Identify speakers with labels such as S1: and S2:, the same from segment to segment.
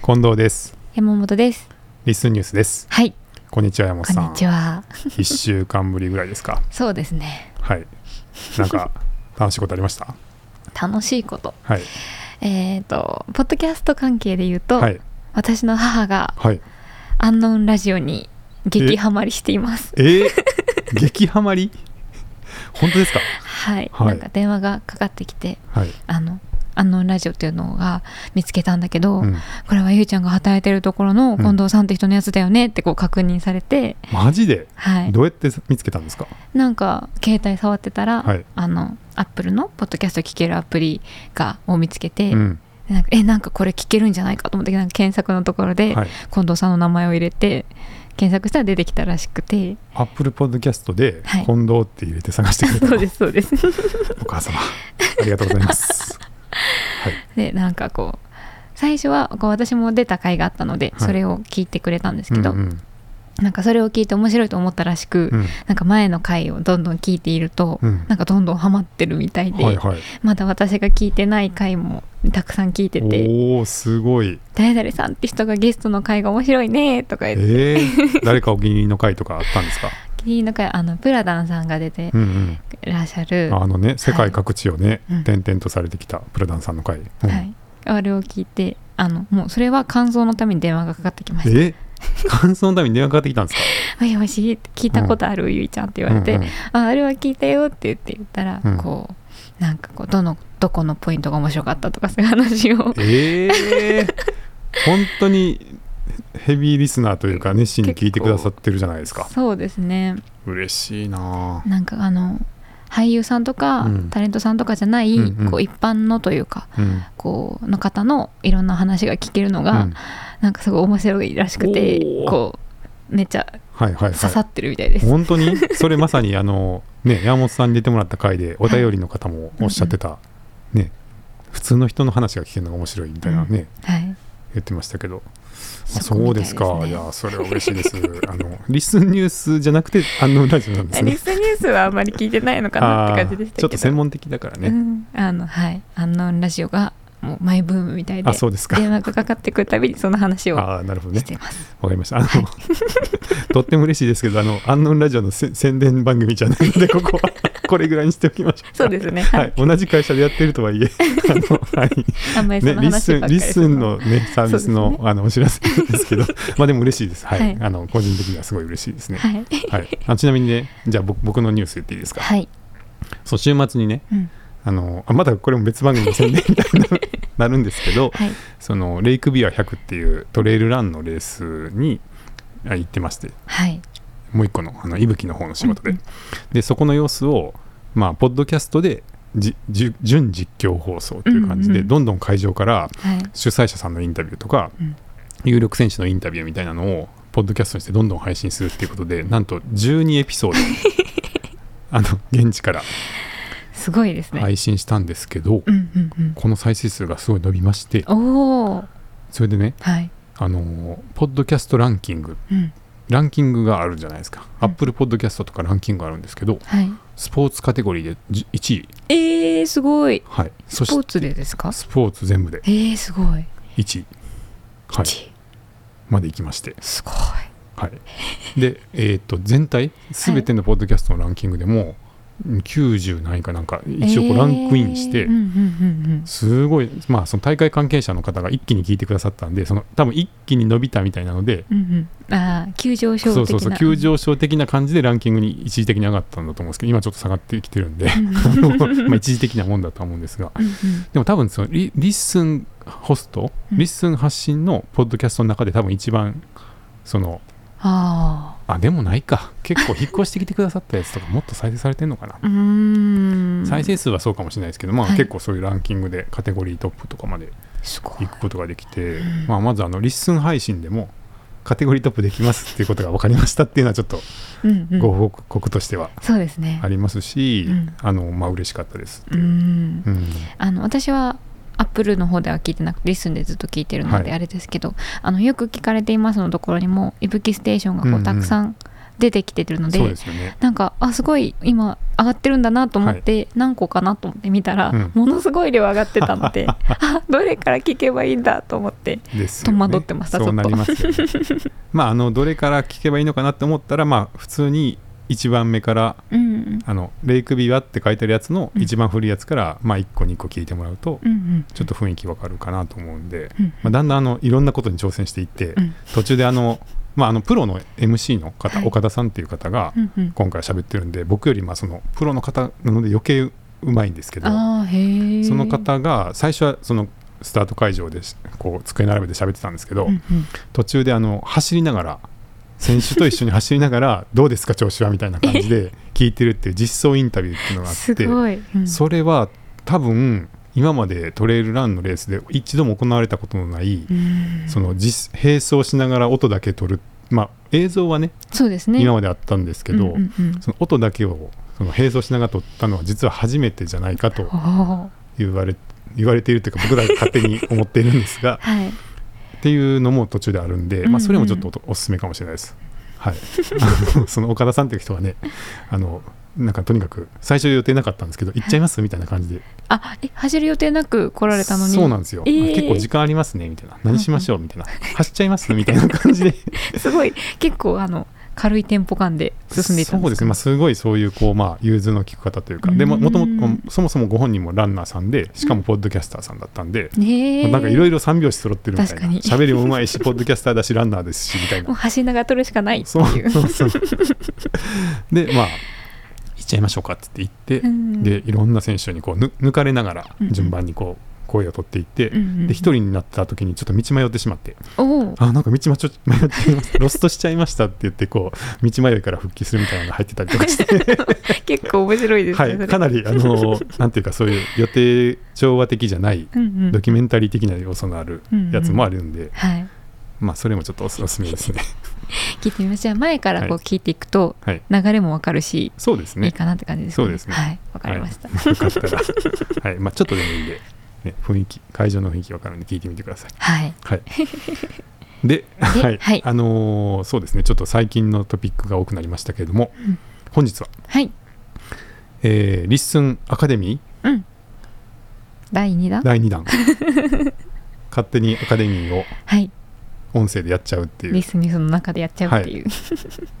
S1: 近藤です
S2: 山本です。
S1: リスニュースです
S2: はい、
S1: こんにちは山本
S2: こ
S1: さ
S2: ん
S1: ん
S2: にちは。
S1: 一週間ぶりぐらいですか
S2: そうですね。
S1: はいなんか楽しいことありました
S2: 楽しいこと。
S1: はい
S2: えっ、と、ポッドキャスト関係で言うと、
S1: はい
S2: 私の母が
S1: はい
S2: アンノーンラジオに激ハマりしています。
S1: えー、激ハマり本当ですか
S2: はい、
S1: はい
S2: なんか電話がかかってきて、
S1: はい、
S2: あの、アンノーンラジオっていうのが見つけたんだけど、
S1: うん、
S2: これはゆいちゃんが働いてるところの近藤さんって人のやつだよねってこう確認されて、
S1: マジで
S2: はい。
S1: どうやって見つけたんですか
S2: なんか携帯触ってたら、
S1: はい
S2: あのアップルのポッドキャスト聞けるアプリがを見つけて、
S1: うん
S2: なんかえなんかこれ聞けるんじゃないかと思ってなんか検索のところで
S1: はい
S2: 近藤さんの名前を入れて検索したら出てきたらしくて
S1: アップルポッドキャストで
S2: はい
S1: 近藤って入れて探してくれた、
S2: そうですそうです
S1: お母様ありがとうござい ますはい
S2: でなんかこう最初はこう私も出た回があったので
S1: はい
S2: それを聞いてくれたんですけど、
S1: うんうん
S2: なんかそれを聞いて面白いと思ったらしく、
S1: うん
S2: なんか前の回をどんどん聞いていると、
S1: うん
S2: なんかどんどんハマってるみたいで、
S1: はいはい
S2: まだ私が聞いてない回もたくさん聞いてて
S1: おおすごい
S2: 「誰々さんって人がゲストの回が面白いね」とか言って、
S1: え ー、誰かお気に入りの回とかあったんですか、
S2: キリンの回あのプラダンさんが出て
S1: うん
S2: いらっしゃ
S1: う
S2: る
S1: ん、あのね世界各地をね、
S2: うん
S1: 転々とされてきたプラダンさんの回、うん
S2: はい、あれを聞いてあのもうそれは感想のために電話がかかってきました
S1: え 感想のために電話かかってきたんですか
S2: 「もしもし聞いたことある、ゆいちゃん」って言われて「
S1: うんうん
S2: ああれは聞いたよ」って言って言ったら、
S1: うん
S2: こうなんかこうどのどこのポイントが面白かったとかそういう話を
S1: え ー、本当にヘビーリスナーというか熱心に聞いてくださってるじゃないですか
S2: そうですね
S1: 嬉しいなあ
S2: なんかあの俳優さんとか、
S1: うん
S2: タレントさんとかじゃない、
S1: うんうん
S2: こう一般のというか
S1: うん
S2: こうの方のいろんな話が聞けるのが、
S1: うん
S2: なんかすごい面白いらしくて
S1: おー
S2: こうめっちゃ
S1: はいはい
S2: 刺
S1: は
S2: さってるみたいで
S1: い
S2: す。
S1: 本当にそれまさにあのね山本さんに出てもらった回でお便りの方もおっしゃってた、ね普通の人の話が聞けるのが面白いみたいなね、
S2: はい
S1: 言ってましたけどあ
S2: そこ
S1: そ
S2: み
S1: う
S2: たい
S1: で
S2: ですすね
S1: かいやそれは嬉しいです あのリスンニュースじゃなくてアンノンラジオなんです
S2: リ
S1: ね
S2: スニュースはあんまり聞いてないのかなって感じでしたけど
S1: あーちょっと専門的だからね、
S2: うん、あのはい「アンノンラジオ」がもうマイブームみたいで
S1: あそうですか
S2: 電話がかかってくるたびにその話を
S1: ああなるほど
S2: し
S1: ね
S2: てます、
S1: わかりましたあの、 とっても嬉しいですけどあのアンノンラジオのせ宣伝番組じゃないのでこ こはこれぐらいにしておきましょう
S2: そうですね
S1: は
S2: はいい、
S1: 同じ会社でやってるとはいえあのはい
S2: あんまりそ
S1: ね、
S2: の
S1: リッ
S2: 話
S1: ス
S2: ばっ
S1: ン
S2: かり
S1: リッ
S2: す
S1: ス
S2: る
S1: ン
S2: の
S1: の、ね、サービスの,、
S2: そうです
S1: あのお知らせです けどまあでも嬉しいですはい、
S2: はい
S1: あの個人的にはすごい嬉しいですね、
S2: はい
S1: はい、あちなみにねじゃあ僕僕のニュース言っていいですか
S2: はい、
S1: そう週末にね
S2: うん
S1: あのあまだこれも別番組の宣伝みたい にななるんですけど、
S2: はい
S1: そのレイクビア100っていうトレイルランのレースにあ行ってまして
S2: はい
S1: もう一個のあの息吹の方の仕事で、
S2: うんう
S1: でそこの様子をまあポッドキャストでじじ準実況放送という感じで、
S2: うんうん
S1: どんどん会場から
S2: はい
S1: 主催者さんのインタビューとか、
S2: うん
S1: 有力選手のインタビューみたいなのをポッドキャストにしてどんどん配信するっていうことでなんと12エピ ソードあの現地から
S2: すごいですね、
S1: 配信したんですけど、
S2: うんうん
S1: この再生数がすごい伸びまして
S2: うんおお
S1: それでね
S2: はい、
S1: あのーポッドキャストランキング
S2: うん、
S1: ランキングがあるじゃないですか、
S2: うん
S1: アップルポッドキャストとかランキングあるんですけど
S2: はい
S1: スポーツカテゴリーでじ1位
S2: えー、すごい
S1: はいそ
S2: スポ
S1: し
S2: ーツでですか
S1: スポーツ全部で
S2: えー、すごい
S1: 1位、はい、
S2: ち
S1: まで行きまして
S2: すごい
S1: はい、で、えー、と全体全てのポッドキャストのランキングでもうん90何位かなんか一応こうランクインして、
S2: えーうんうんうんうん
S1: すごい、まあ、その大会関係者の方が一気に聞いてくださったんでその多分一気に伸びたみたいなので
S2: うんうん、ああ急上昇的
S1: そ
S2: な
S1: うそうそう急上昇的な感じでランキングに一時的に上がったんだと思うんですけど今ちょっと下がってきてるん であのまあ一時的なもんだとは思うんですが
S2: うんうん
S1: でも多分そのリリッスンホスト
S2: うん
S1: リッスン発信のポッドキャストの中で多分一番その
S2: あ
S1: あでもないか結構引っ越してきてくださったやつとかもっと再生されてんのかな
S2: あうーん
S1: 再生数はそうかもしれないですけど、まあ、
S2: はい
S1: 結構そういうランキングでカテゴリートップとかまです
S2: ご
S1: 行
S2: い
S1: くことができて、
S2: うん
S1: まあ、まずあのリッスン配信でもカテゴリートップできますっていうことが分かりましたっていうのはちょっと
S2: うんうん
S1: ご報告としては
S2: そうですね
S1: ありますし、
S2: うん
S1: あのまあ嬉しかったです。
S2: うーん
S1: うん
S2: あの私はアップルの方では聞いてなくてリスンでずっと聞いてるの
S1: は
S2: で
S1: い
S2: あれですけど、あのよく聞かれていますのところにも「いぶきステーション」が
S1: うん
S2: こ
S1: うん
S2: うたくさん、出てきてるので
S1: そうですよね。
S2: なんかあすごい今上がってるんだなと思って、何個かなと思って見たら、
S1: うん
S2: ものすごい量上がってたの であどれから聞けばいいんだと思って
S1: ですよね
S2: 戸惑ってました
S1: そうなりますよねまああのどれから聞けばいいのかなって思ったらまあ普通に1番目から
S2: うん
S1: あのレイクビワって書いてあるやつの
S2: うん
S1: 一番古いやつから、まあ1個2個聞いてもらうと
S2: うんうん
S1: ちょっと雰囲気わかるかなと思うんで、
S2: うん
S1: まあ、だんだんあのいろんなことに挑戦していって、
S2: うん
S1: 途中であの、まあ、あのプロの MC の方、
S2: はい
S1: 岡田さんっていう方が
S2: うんうん
S1: 今回喋ってるんで僕よりまあそのプロの方なので余計うまいんですけど
S2: あーへえ
S1: その方が最初はそのスタート会場でしこう机並べて喋ってたんですけど、
S2: うんうん
S1: 途中であの走りながら選手と一緒に走りながら どうですか調子はみたいな感じで聞いてるっていう実装インタビューっていうのがあ
S2: す
S1: って。
S2: ごい、うん
S1: それは多分今までトレイルランのレースで一度も行われたことのない、
S2: うん
S1: その実並走しながら音だけ撮る、まあ、映像はね
S2: そうですね
S1: 今まであったんですけど、
S2: うんうんうん
S1: その音だけをその並走しながら撮ったのは実は初めてじゃないかと
S2: おー
S1: 言われ 言われているというか僕らが勝手に思っているんです が
S2: はい
S1: っていうのも途中であるんで、
S2: うんう
S1: ま
S2: ん
S1: あ、それもちょっとおおすすめかもしれないです。はい、あのその岡田さんという 人はねあのなんかとにかく最初予定なかったんですけど行っちゃいますみたいな感じで
S2: あえ走る予定なく来られたのに
S1: そうなんですよ、
S2: えー
S1: 結構時間ありますねみたいな何しましょうみたい な走っちゃいますみたいな感じで
S2: すごい結構あの軽いテンポ感で進んでいった
S1: そ
S2: ん
S1: う
S2: で
S1: ですすね、まあ、すごいそういうこうまあ融通の利く方というかでも
S2: うん
S1: もともとそもそもご本人もランナーさんでしかもポッドキャスターさんだったんで、
S2: ねえ
S1: なんかいろいろ三拍子揃ってるみたい
S2: 確
S1: な
S2: かに
S1: 喋りもうまいしポッドキャスターだしランナーですしみ たい
S2: もう
S1: な
S2: 走りながら撮るしかないって
S1: そう
S2: いう
S1: そうそう でまあ行っちゃいましょうかって言って、
S2: うん
S1: でいろんな選手にこうぬ抜かれながら順番にこう声を取っていって、
S2: うんうん
S1: で一人になった時にちょっと道迷ってしまって
S2: おお
S1: あなんか道迷っちゃ迷っていますロストしちゃいましたって言ってこう道迷いから復帰するみたいなのが入ってたりとかして
S2: 結構面白いです
S1: は
S2: ね、
S1: い
S2: それ
S1: かなりあ のなんていうかそういう予定調和的じゃない
S2: うんうん
S1: ドキュメンタリー的な要素のあるやつもあるんで、
S2: はい
S1: まあそれもちょっとおすすめですね
S2: 聞いてみましょう前からこう
S1: はい
S2: 聞いていくと
S1: はい
S2: 流れもわかるし、
S1: そうです
S2: い
S1: ね
S2: いかなって感じですね
S1: そうですね
S2: はいわかりました、
S1: はい、よかったら、はいまあ、ちょっとでもいいんで、ね、雰囲気会場の雰囲気わかるんで聞いてみてください
S2: はい
S1: はい で、はい
S2: はい
S1: あのーそうですねちょっと最近のトピックが多くなりましたけれども、
S2: うん
S1: 本日は
S2: はい
S1: えーリッスンアカデミー
S2: うん第2弾
S1: 第2弾 勝手にアカデミーを
S2: はい
S1: 音声でやっちゃうってい
S2: リ
S1: う
S2: スニスの中でやっちゃうっていう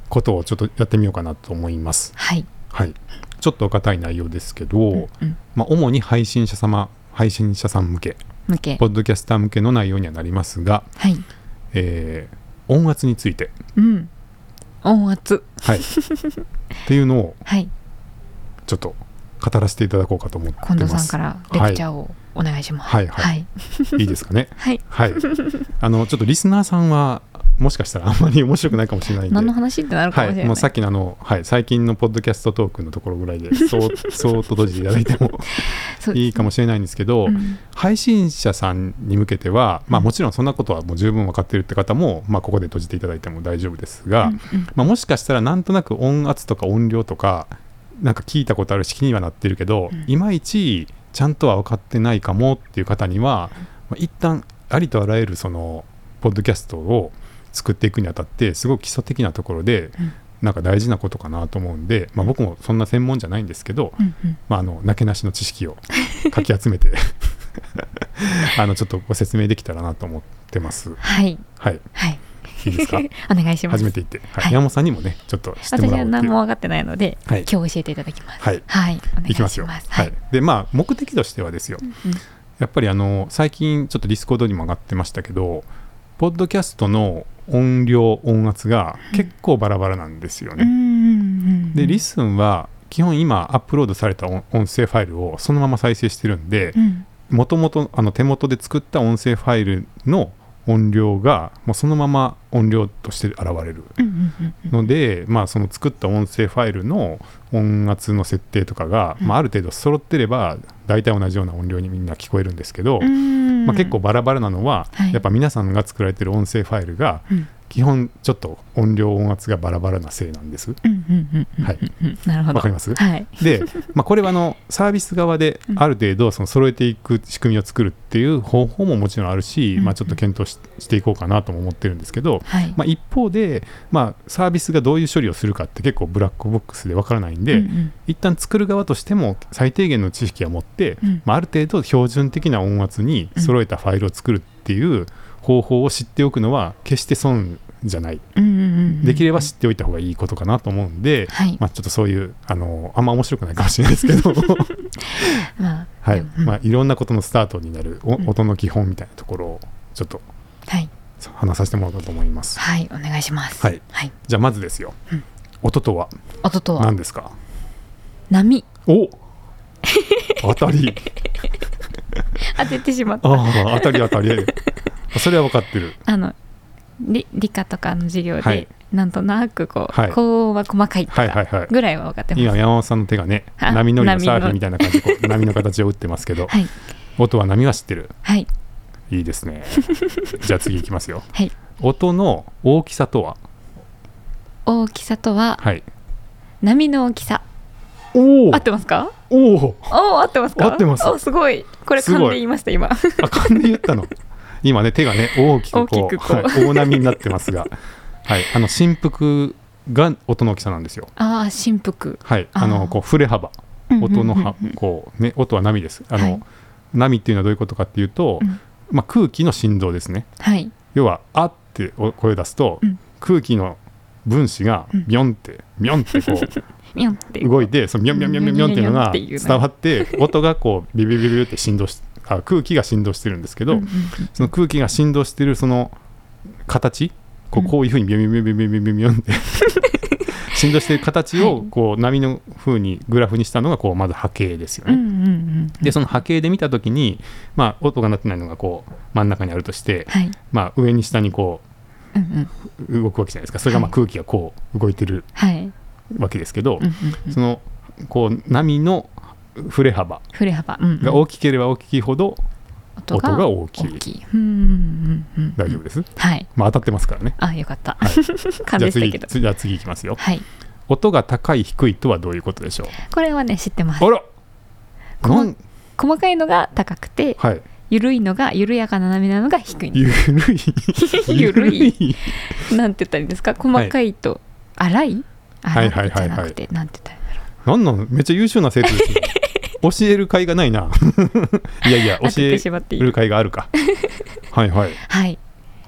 S1: ことをちょっとやってみようかなと思います
S2: はい、
S1: はいちょっとお堅い内容ですけど、
S2: うんうん
S1: まあ、主に配信者様配信者さん向け
S2: 向け
S1: ポッドキャスター向けの内容にはなりますが、
S2: はい
S1: えー音圧について
S2: うん音圧
S1: はいっていうのを
S2: はい
S1: ちょっと語らせていただこうかと思ってます
S2: 近藤さんからレクチャーをお願いします
S1: はいはい
S2: はい
S1: いいですかね
S2: はい
S1: はい あのちょっとリスナーさんはもしかしたらあんまり面白くないかもしれないんで
S2: 何の話ってなるかもしれ
S1: は、
S2: ないい、
S1: もうさっきのあの、はい、最近のポッドキャストトークのところぐらいでそう そうと閉じていただいても
S2: そう
S1: いいかもしれないんですけど、
S2: うん
S1: 配信者さんに向けては、まあ、もちろんそんなことはもう十分分かっているって方も、まあ、ここで閉じていただいても大丈夫ですが、
S2: うんうん
S1: まあ、もしかしたらなんとなく音圧とか音量とかなんか聞いたことあるし気にはなってるけど、
S2: うん
S1: いまいちちゃんとは分かってないかもっていう方には、まあ、一旦ありとあらゆるそのポッドキャストを作っていくにあたってすごく基礎的なところで、
S2: うん
S1: なんか大事なことかなと思うんで、まあ、僕もそんな専門じゃないんですけど、
S2: うんうん
S1: まあ、あのなけなしの知識をかき集めて あのちょっとご説明できたらなと思ってます。
S2: はい
S1: はい、
S2: はい
S1: いいです か
S2: お願いします
S1: 初めて行って、はい
S2: はい
S1: 山本さんにもねちょっと知って
S2: 私
S1: もらおうっ
S2: は
S1: てい
S2: 何
S1: う
S2: も分かってないので、
S1: はい
S2: 今日教えていただきます
S1: はい
S2: はい、お願い
S1: い
S2: し
S1: き
S2: ま
S1: ますすよ。
S2: は
S1: はいい、でまあ目的としてはですよ
S2: うん
S1: やっぱりあの最近ちょっとディスコードにも上がってましたけどポッドキャストの音量音圧が結構バラバラなんですよ
S2: うんう
S1: ね。
S2: んうん
S1: でリスンは基本今アップロードされた音音声ファイルをそのまま再生してるんで
S2: うん
S1: もともと手元で作った音声ファイルの音量がもうそのまま音量として現れる
S2: うんうんうんうん
S1: ので、まあ、その作った音声ファイルの音圧の設定とかが、
S2: うん
S1: まあ、ある程度揃ってれば大体同じような音量にみんな聞こえるんですけど、
S2: うん
S1: まあ、結構バラバラなのは、
S2: はい
S1: やっぱ皆さんが作られてる音声ファイルが
S2: うん
S1: 基本ちょっと音量音圧がバラバラなせいなんです。
S2: うんうんうんうん
S1: はい
S2: うんうんなるほど
S1: わかります
S2: はい
S1: で、まあ、これはあのサービス側で
S2: うん
S1: ある程度その揃えていく仕組みを作るっていう方法ももちろんあるし、
S2: うん
S1: まあ、ちょっと検討ししていこうかなとも思ってるんですけど、
S2: はい
S1: まあ、一方で、まあ、サービスがどういう処理をするかって結構ブラックボックスでわからないんで、
S2: うんうん
S1: 一旦作る側としても最低限の知識は持って、
S2: うん
S1: まあ、ある程度標準的な音圧に揃えたファイルを作るっていう方法を知っておくのは決して損じゃない、
S2: うんうんうんうん
S1: できれば知っておいた方がいいことかなと思うんで、
S2: はい
S1: まあ、ちょっとそういうあのあんま面白くないかもしれないですけ ど、
S2: まあ
S1: はい
S2: うん
S1: まあ、いろんなことのスタートになるお
S2: うん
S1: 音の基本みたいなところをちょっと
S2: はい
S1: 話させてもらおうかと思います。
S2: はいお願いします
S1: はい
S2: はい
S1: じゃあまずですよ、
S2: うん
S1: 音とは
S2: 音とは
S1: 何ですか
S2: 波
S1: お当た り
S2: 当ててしまった
S1: ああ当たり当たりそれは分かってる
S2: あの理理科とかの授業で、
S1: はい
S2: なんとなくこう、
S1: はい
S2: 高音は細かいと
S1: はい
S2: か
S1: はいはい
S2: ぐらいは分かってます、
S1: 今山本さんの手がね
S2: あ
S1: 波乗りのサーフィン
S2: 波の
S1: みたいな感じでこう波の形を打ってますけど、
S2: はい
S1: 音は波は知ってる
S2: はい
S1: いいですねじゃあ次いきますよ
S2: はい
S1: 音の大きさとは
S2: 大きさとは
S1: はい
S2: 波の大きさ
S1: おお
S2: 合ってますか
S1: お お
S2: おお合ってますか
S1: 合ってます
S2: おすごいこれ
S1: すご
S2: 噛
S1: い
S2: んで言いました今
S1: あ勘で言ったの今ね手がね大きくこ
S2: 大
S1: う
S2: きくこう
S1: はい大波になってますがはいあの振幅が音の大きさなんですよ
S2: ああ振幅
S1: はいあ
S2: あ
S1: の
S2: ー
S1: こう振れ幅音のは
S2: うんうんうん
S1: こうね音は波ですあの、
S2: はい
S1: 波っていうのはどういうことかっていうと、
S2: うん
S1: まあ、空気の振動ですね
S2: はい
S1: 要は「あ」ってお声を出すと、
S2: うん
S1: 空気の分子が
S2: うん
S1: ビョンってビョンってこ
S2: ミョンって
S1: う動いてそのビョンビョンビョンビョンビョンっていうのが
S2: ビョンビョンビョンっていう
S1: 伝
S2: の
S1: わって音がこうビビビビビって振動しあ空気が振動してるんですけど、
S2: うんうんうん
S1: その空気が振動してるその形こう
S2: うん
S1: こういうふうにビョンビョンビョンビョンビョンビョンビョンって振動してる形を
S2: はい
S1: こう波の風にグラフにしたのがこうまず波形ですよ
S2: う
S1: ね。
S2: んうんうん
S1: でその波形で見た時に、まあ、音が鳴ってないのがこう真ん中にあるとして、
S2: はい
S1: まあ、上に下にこ
S2: うんうん
S1: う動くわけじゃないですかそれがまあ
S2: はい
S1: 空気がこう動いてる
S2: はいうん
S1: わけですけど、
S2: うんうん
S1: そのこう波の振れ幅
S2: 振れ幅うんうん
S1: が大きければ大きいほど
S2: 音
S1: 音が大きい、
S2: 大きいうんうんうんうん
S1: 大丈夫です、
S2: はい
S1: まあ、当たってますからね
S2: あよかった、
S1: はい
S2: 噛ん
S1: じゃあ
S2: でした
S1: 次
S2: けど
S1: じゃあ次いきますよ
S2: はい
S1: 音が高い低いとはどういうことでしょう
S2: これはね知ってます
S1: あら
S2: こ
S1: なん
S2: 細かいのが高くて
S1: はい
S2: 緩いのが緩やかな波なのが低いの
S1: ゆるい
S2: ゆるい
S1: い
S2: なんて言ったらいいんですか細かいと粗い粗
S1: い
S2: い
S1: はい
S2: じ
S1: はいはい
S2: ゃなくてなんて言ったらいいんだろう
S1: なんなんめっちゃ優秀な生徒ですね 教える甲斐がないな いやいや
S2: 当
S1: 教
S2: てて
S1: え
S2: しまってい
S1: る
S2: る
S1: 甲斐がある かはいはい
S2: はい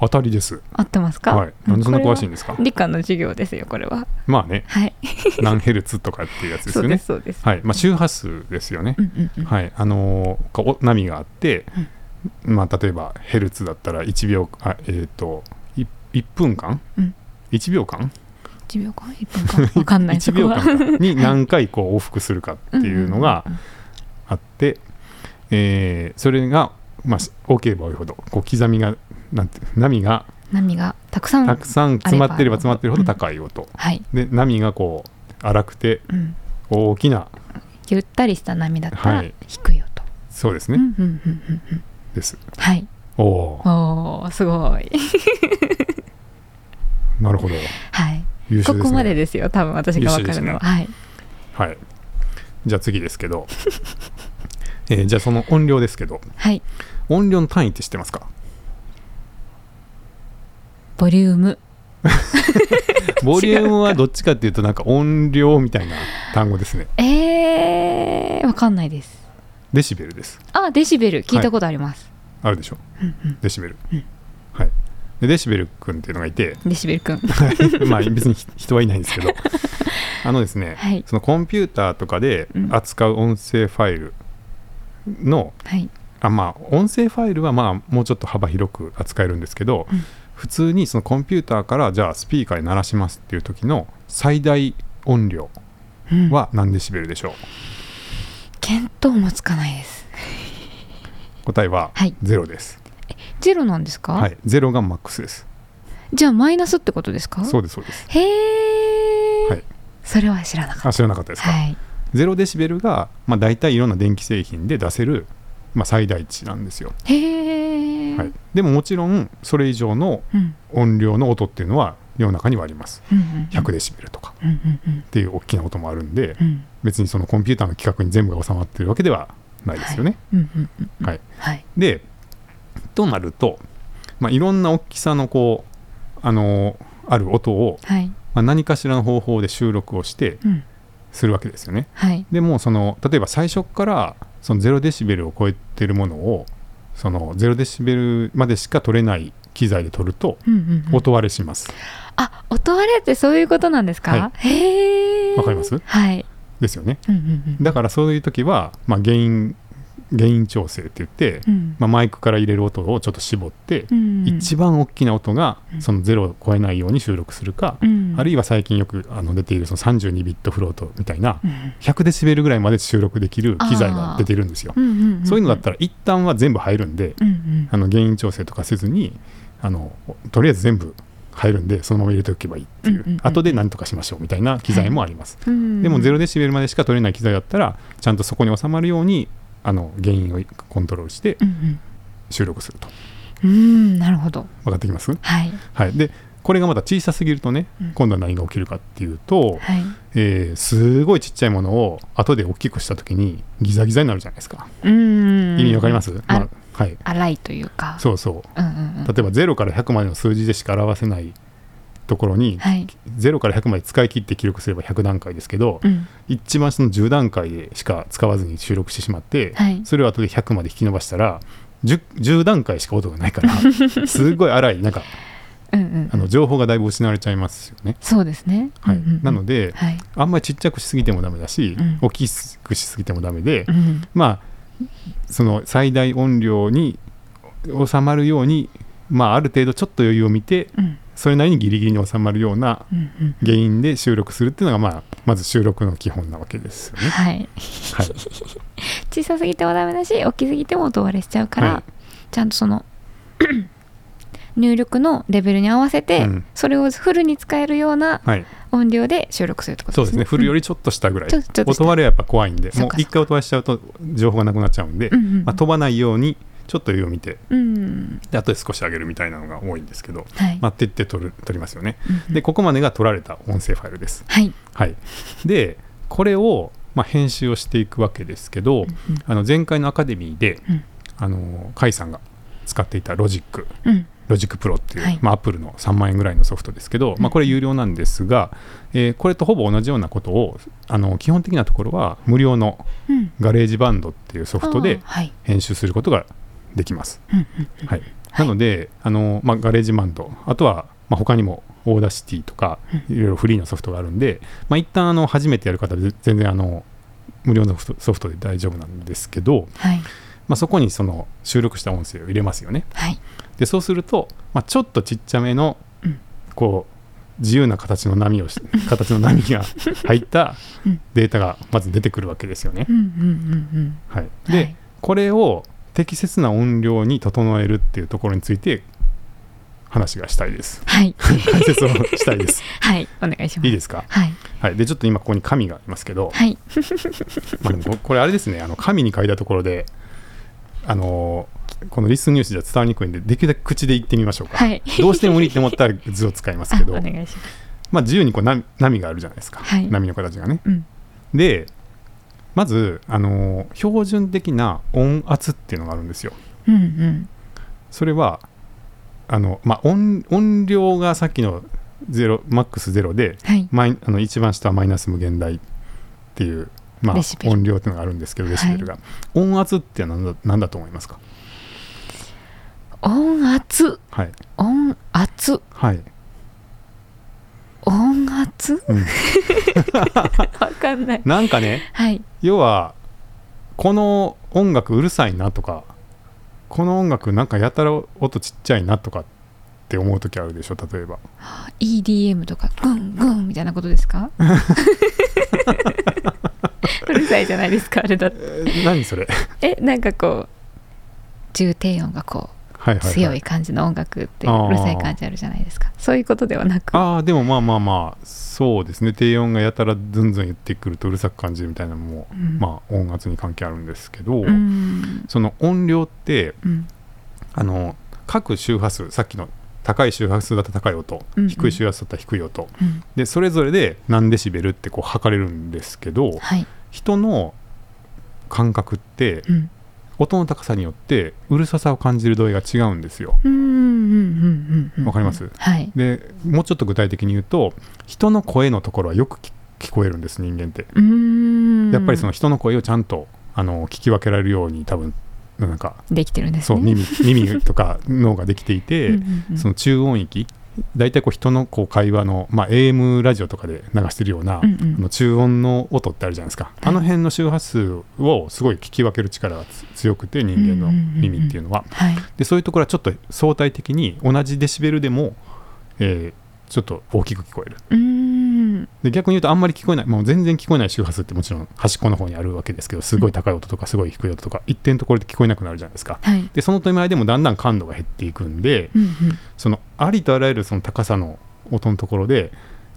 S1: 当たりです
S2: 合ってますか、
S1: はいなんでそんな詳しいん
S2: こ
S1: ですか
S2: れは理科の授業ですよこれは
S1: まあね
S2: はい
S1: 何ヘルツとかっていうやつです
S2: そ
S1: よ
S2: うで
S1: ね
S2: すそうです、
S1: はいまあ周波数ですよね
S2: うんうんうん
S1: はいあのーこう波があってまあ例えばヘルツだったら1秒あえっ、とい1分間
S2: うん
S1: 1秒間
S2: 1秒間1分間わか んない
S1: 1
S2: そこ
S1: 秒
S2: は
S1: 間に何回こう往復するかっていうのが
S2: うんうんうん
S1: あって、えーそれが、まあ、し多ければ多いほどこう刻みがなんて波が
S2: 波がたくさん
S1: たくさん詰まってれば詰まってるほど高い音、
S2: はい、
S1: で波がこう荒くて
S2: うん、
S1: 大きな
S2: ゆったりした波だった
S1: は
S2: ら
S1: い
S2: 低い音、
S1: そうです
S2: う
S1: ね、
S2: んうんうんうんうん
S1: です
S2: はい
S1: おおー
S2: おーすごい
S1: なるほど
S2: はい
S1: 優秀です
S2: こ
S1: ね
S2: こまでですよ多分私がわかるの
S1: 優秀
S2: は、
S1: ですね
S2: はい
S1: はいじゃあ次ですけど えーじゃあその音量ですけど
S2: はい
S1: 音量の単位って知ってます か
S2: ボリューム
S1: ボリュームはどっちかっていうとなんか音量みたいな単語ですね
S2: えー、わかんないです
S1: デシベルです
S2: あデシベル聞いたことあります、
S1: あるでしょ
S2: うんうん
S1: デシベル、
S2: うん
S1: はいでデシベル君っていうのがいて
S2: デシベルくん
S1: まあ別に人はいないんですけ どあのですね、
S2: はい
S1: そのコンピューターとかで
S2: うん
S1: 扱う音声ファイルの、
S2: はい
S1: あまあ音声ファイルはまあもうちょっと幅広く扱えるんですけど、
S2: うん
S1: 普通にそのコンピューターからじゃあスピーカーに鳴らしますっていう時の最大音量
S2: うん
S1: は何デシベルでしょう、
S2: 見当もつかないです
S1: 答えは
S2: はい
S1: ゼロです、
S2: ゼロなんですか、
S1: はい、ゼロがマックスです
S2: じゃあマイナスってことですか
S1: そうですそうです
S2: へえ、
S1: はい
S2: それは知らなかった
S1: あ知らなかったですか、
S2: はい
S1: ゼロデシベルが、まあ、大体いろんな電気製品で出せる、まあ、最大値なんですよ。
S2: へええ
S1: はい、でももちろんそれ以上の
S2: うん
S1: 音量の音っていうのは世の中にはあります
S2: うんうん
S1: 100デシベルとか
S2: うんうんうん
S1: っていう大きな音もあるんで
S2: うん
S1: 別にそのコンピューターの規格に全部が収まってるわけではないですよね。
S2: うんうんうんうん
S1: はい
S2: はい
S1: でとなると、まあ、いろんな大きさのこうあのある音を、
S2: はい
S1: まあ、何かしらの方法で収録をして
S2: うん
S1: するわけですよね。
S2: はい
S1: でもうその例えば最初からその0デシベルを超えてるものをその0デシベルまでしか取れない機材で取ると
S2: うんうんうん
S1: 音割れします。
S2: あ音割れってそういうことなんですかへえ
S1: わかります
S2: はい
S1: ですよね。
S2: うんうんうん
S1: だからそういう時は、まあ、原因原因調整って言って、
S2: うん
S1: まあ、マイクから入れる音をちょっと絞って、
S2: うん
S1: 一番大きな音が
S2: うん
S1: その0を超えないように収録するか、
S2: うん
S1: あるいは最近よくあの出ているその32ビットフロートみたいな
S2: うん
S1: 100デシベルぐらいまで収録できる機材が出てるんですよ。
S2: うんうんん
S1: そういうのだったら一旦は全部入るんで
S2: うんうん
S1: あの原因調整とかせずにあのとりあえず全部入るんでそのまま入れておけばいいっていう,、
S2: うんうんうん
S1: 後で何とかしましょうみたいな機材もあります。
S2: うん
S1: でも0デシベルまでしか取れない機材だったらちゃんとそこに収まるようにあの原因をコントロールして
S2: うん
S1: 収録すると
S2: うんうんなるほど
S1: 分かってきます、
S2: はい
S1: はい、でこれがまだ小さすぎるとね
S2: うん
S1: 今度は何が起きるかっていうと、
S2: はい
S1: えーすごいちっちゃいものを後で大きくした時にギザギザになるじゃないですか
S2: うん
S1: 意味わかります、
S2: あ
S1: まあはい、
S2: 荒いというか
S1: そうそう
S2: うんうんうん
S1: 例えば0から100までの数字でしか表せないところに、
S2: はい
S1: 0から100まで使い切って記録すれば100段階ですけど、
S2: うん
S1: 一番その10段階でしか使わずに収録してしまって、
S2: はい
S1: それを後で100まで引き伸ばしたら 10, 10段階しか音がないから すごい荒いなんか
S2: うんうん
S1: あの情報がだいぶ失われちゃいますよね。
S2: そうですね
S1: はい
S2: うんうんうん
S1: なので
S2: はい
S1: あんまりちっちゃくしすぎてもダメだし、
S2: うん
S1: 大きくしすぎてもダメで、
S2: うん
S1: まあその最大音量に収まるように、まあ、ある程度ちょっと余裕を見て
S2: うん
S1: それなりにギリギリに収まるような
S2: うんうん
S1: 原因で収録するっていうのが、まあ、まず収録の基本なわけですよね。
S2: はい
S1: はい、
S2: 小さすぎてもダメだし大きすぎても音割れしちゃうから、
S1: はい
S2: ちゃんとその 入力のレベルに合わせて、
S1: うん
S2: それをフルに使えるような
S1: はい、
S2: 音量で収録するってこと
S1: そうで
S2: で
S1: すすね、
S2: ね。
S1: 振るよ
S2: り、
S1: りちょっと下ぐらい
S2: ちょちょっと下
S1: 音割れはやっぱ怖いんで
S2: そう
S1: も
S2: か
S1: う一回音割れしちゃうと情報がなくなっちゃうんで、
S2: うんうんうん
S1: まあ、飛ばないようにちょっと余裕を見て
S2: うん、
S1: で後で少し上げるみたいなのが多いんですけど、
S2: はい、
S1: まあ、徹底取る取りますよね。
S2: うんうん
S1: でここまでが取られた音声ファイルです。
S2: はい、
S1: はい、でこれを、まあ、編集をしていくわけですけど、
S2: うん
S1: あの前回のアカデミーで、
S2: うん
S1: あの甲斐さんが使っていたロジック
S2: うん、
S1: ロジックプロっていう、
S2: はい
S1: まあ、アップルの3万円ぐらいのソフトですけど、まあ、これ有料なんですが、えーこれとほぼ同じようなことをあの基本的なところは無料の
S2: うん、
S1: ガレージバンドっていうソフト
S2: あー
S1: で
S2: はい、
S1: 編集することができます。
S2: うんうんうん
S1: はい、なのであの、まあ、ガレージバンドあとは、まあ、他にもオーダーシティとかいろいろフリーのソフトがあるんで、まあ、一旦あの初めてやる方で全然あの無料のソフトソフトで大丈夫なんですけど、
S2: はい、
S1: まあ、そこにその収録した音声を入れますよね。
S2: はい、
S1: でそうすると、まあ、ちょっとちっちゃめの
S2: うん
S1: こう自由な形の波を し形の波が入った
S2: うん
S1: データがまず出てくるわけですよね
S2: う。ん、うん、うん、
S1: はい、
S2: うん、
S1: で、
S2: はい
S1: これを適切な音量に整えるっていうところについて話がしたい です。
S2: はい、
S1: 解説をしたい です。
S2: はい、お願いします。
S1: いいですか。
S2: はい、
S1: はい。でちょっと今ここに紙があります けど、
S2: はい、
S1: まあでもここれあれですね。あの紙に書いたところで、あのーこのリスンニュースじゃ伝わりにくいんで、できるだけ口で言ってみましょう か。
S2: はい、
S1: どうしても無理って思ったら図を使います
S2: あ
S1: け
S2: お
S1: ど、
S2: 願いします。
S1: まあ自由にこう波波があるじゃないですか。
S2: はい
S1: 波の形がね。
S2: うん、
S1: で。まず、あのー標準的な音圧っていうのがあるんですよ。
S2: うん、うん、
S1: それはあの、まあ、音音量がさっきのゼロマックスゼロで
S2: はい、
S1: マイあの一番下はマイナス無限大っていう、まあ
S2: デシベ、ル
S1: 音量っていうのがあるんですけどデシベルが、音圧って何だ何だと思いますか
S2: 音圧、
S1: はい
S2: 音圧、
S1: はい、
S2: 音圧。
S1: うん、
S2: わかんない。
S1: なんか ね
S2: はい。
S1: 要はこの音楽うるさいなとかこの音楽なんかやたら音ちっちゃいなとかって思う時あるでしょ例えば
S2: EDM とかグングンみたいなことで すかうるさいじゃないですかあれだって
S1: えー何それ はい
S2: えなんかこう重低音がこ
S1: はい、
S2: う
S1: はい、
S2: 強い感じの音楽って
S1: あー
S2: うるさい感じあるじゃないですかそういうことではなく
S1: ああでもまあまあまあそうですね低音がやたらずんずん言ってくるとうるさく感じるみたいなのも、
S2: うん
S1: まあ音圧に関係あるんですけど、
S2: うん
S1: その音量って
S2: うん
S1: あの各周波数さっきの高い周波数だったら高い音、
S2: うんうん
S1: 低い周波数だったら低い音
S2: うん
S1: でそれぞれで何デシベルってこう測れるんですけど
S2: はい、
S1: 人の感覚って
S2: うん、
S1: 音の高さによってうるささを感じる度合いが違うんですよ。
S2: うんうんうんうんうん
S1: わかります
S2: はい
S1: でもうちょっと具体的に言うと人の声のところはよく聞聞こえるんです人間って。
S2: うーん
S1: やっぱりその人の声をちゃんとあの聞き分けられるように多分なんか
S2: できてるんです
S1: そう
S2: ね
S1: 耳耳とか脳ができていて、
S2: うんうんうん
S1: その中音域大体こう人のこう会話の、まあ、AM ラジオとかで流してるような、
S2: うんうん
S1: あの中音の音ってあるじゃないですか、あの辺の周波数をすごい聞き分ける力がつ強くて人間の耳っていうのは、
S2: はい
S1: でそういうところはちょっと相対的に同じデシベルでも、えーちょっと大きく聞こえる
S2: うーん
S1: で逆に言うとあんまり聞こえないもう全然聞こえない周波数ってもちろん端っこの方にあるわけですけどすごい高い音とかすごい低い音とか一定のところで聞こえなくなるじゃないですか
S2: はい
S1: でその手前でもだんだん感度が減っていくんで
S2: うんうん
S1: そのありとあらゆるその高さの音のところで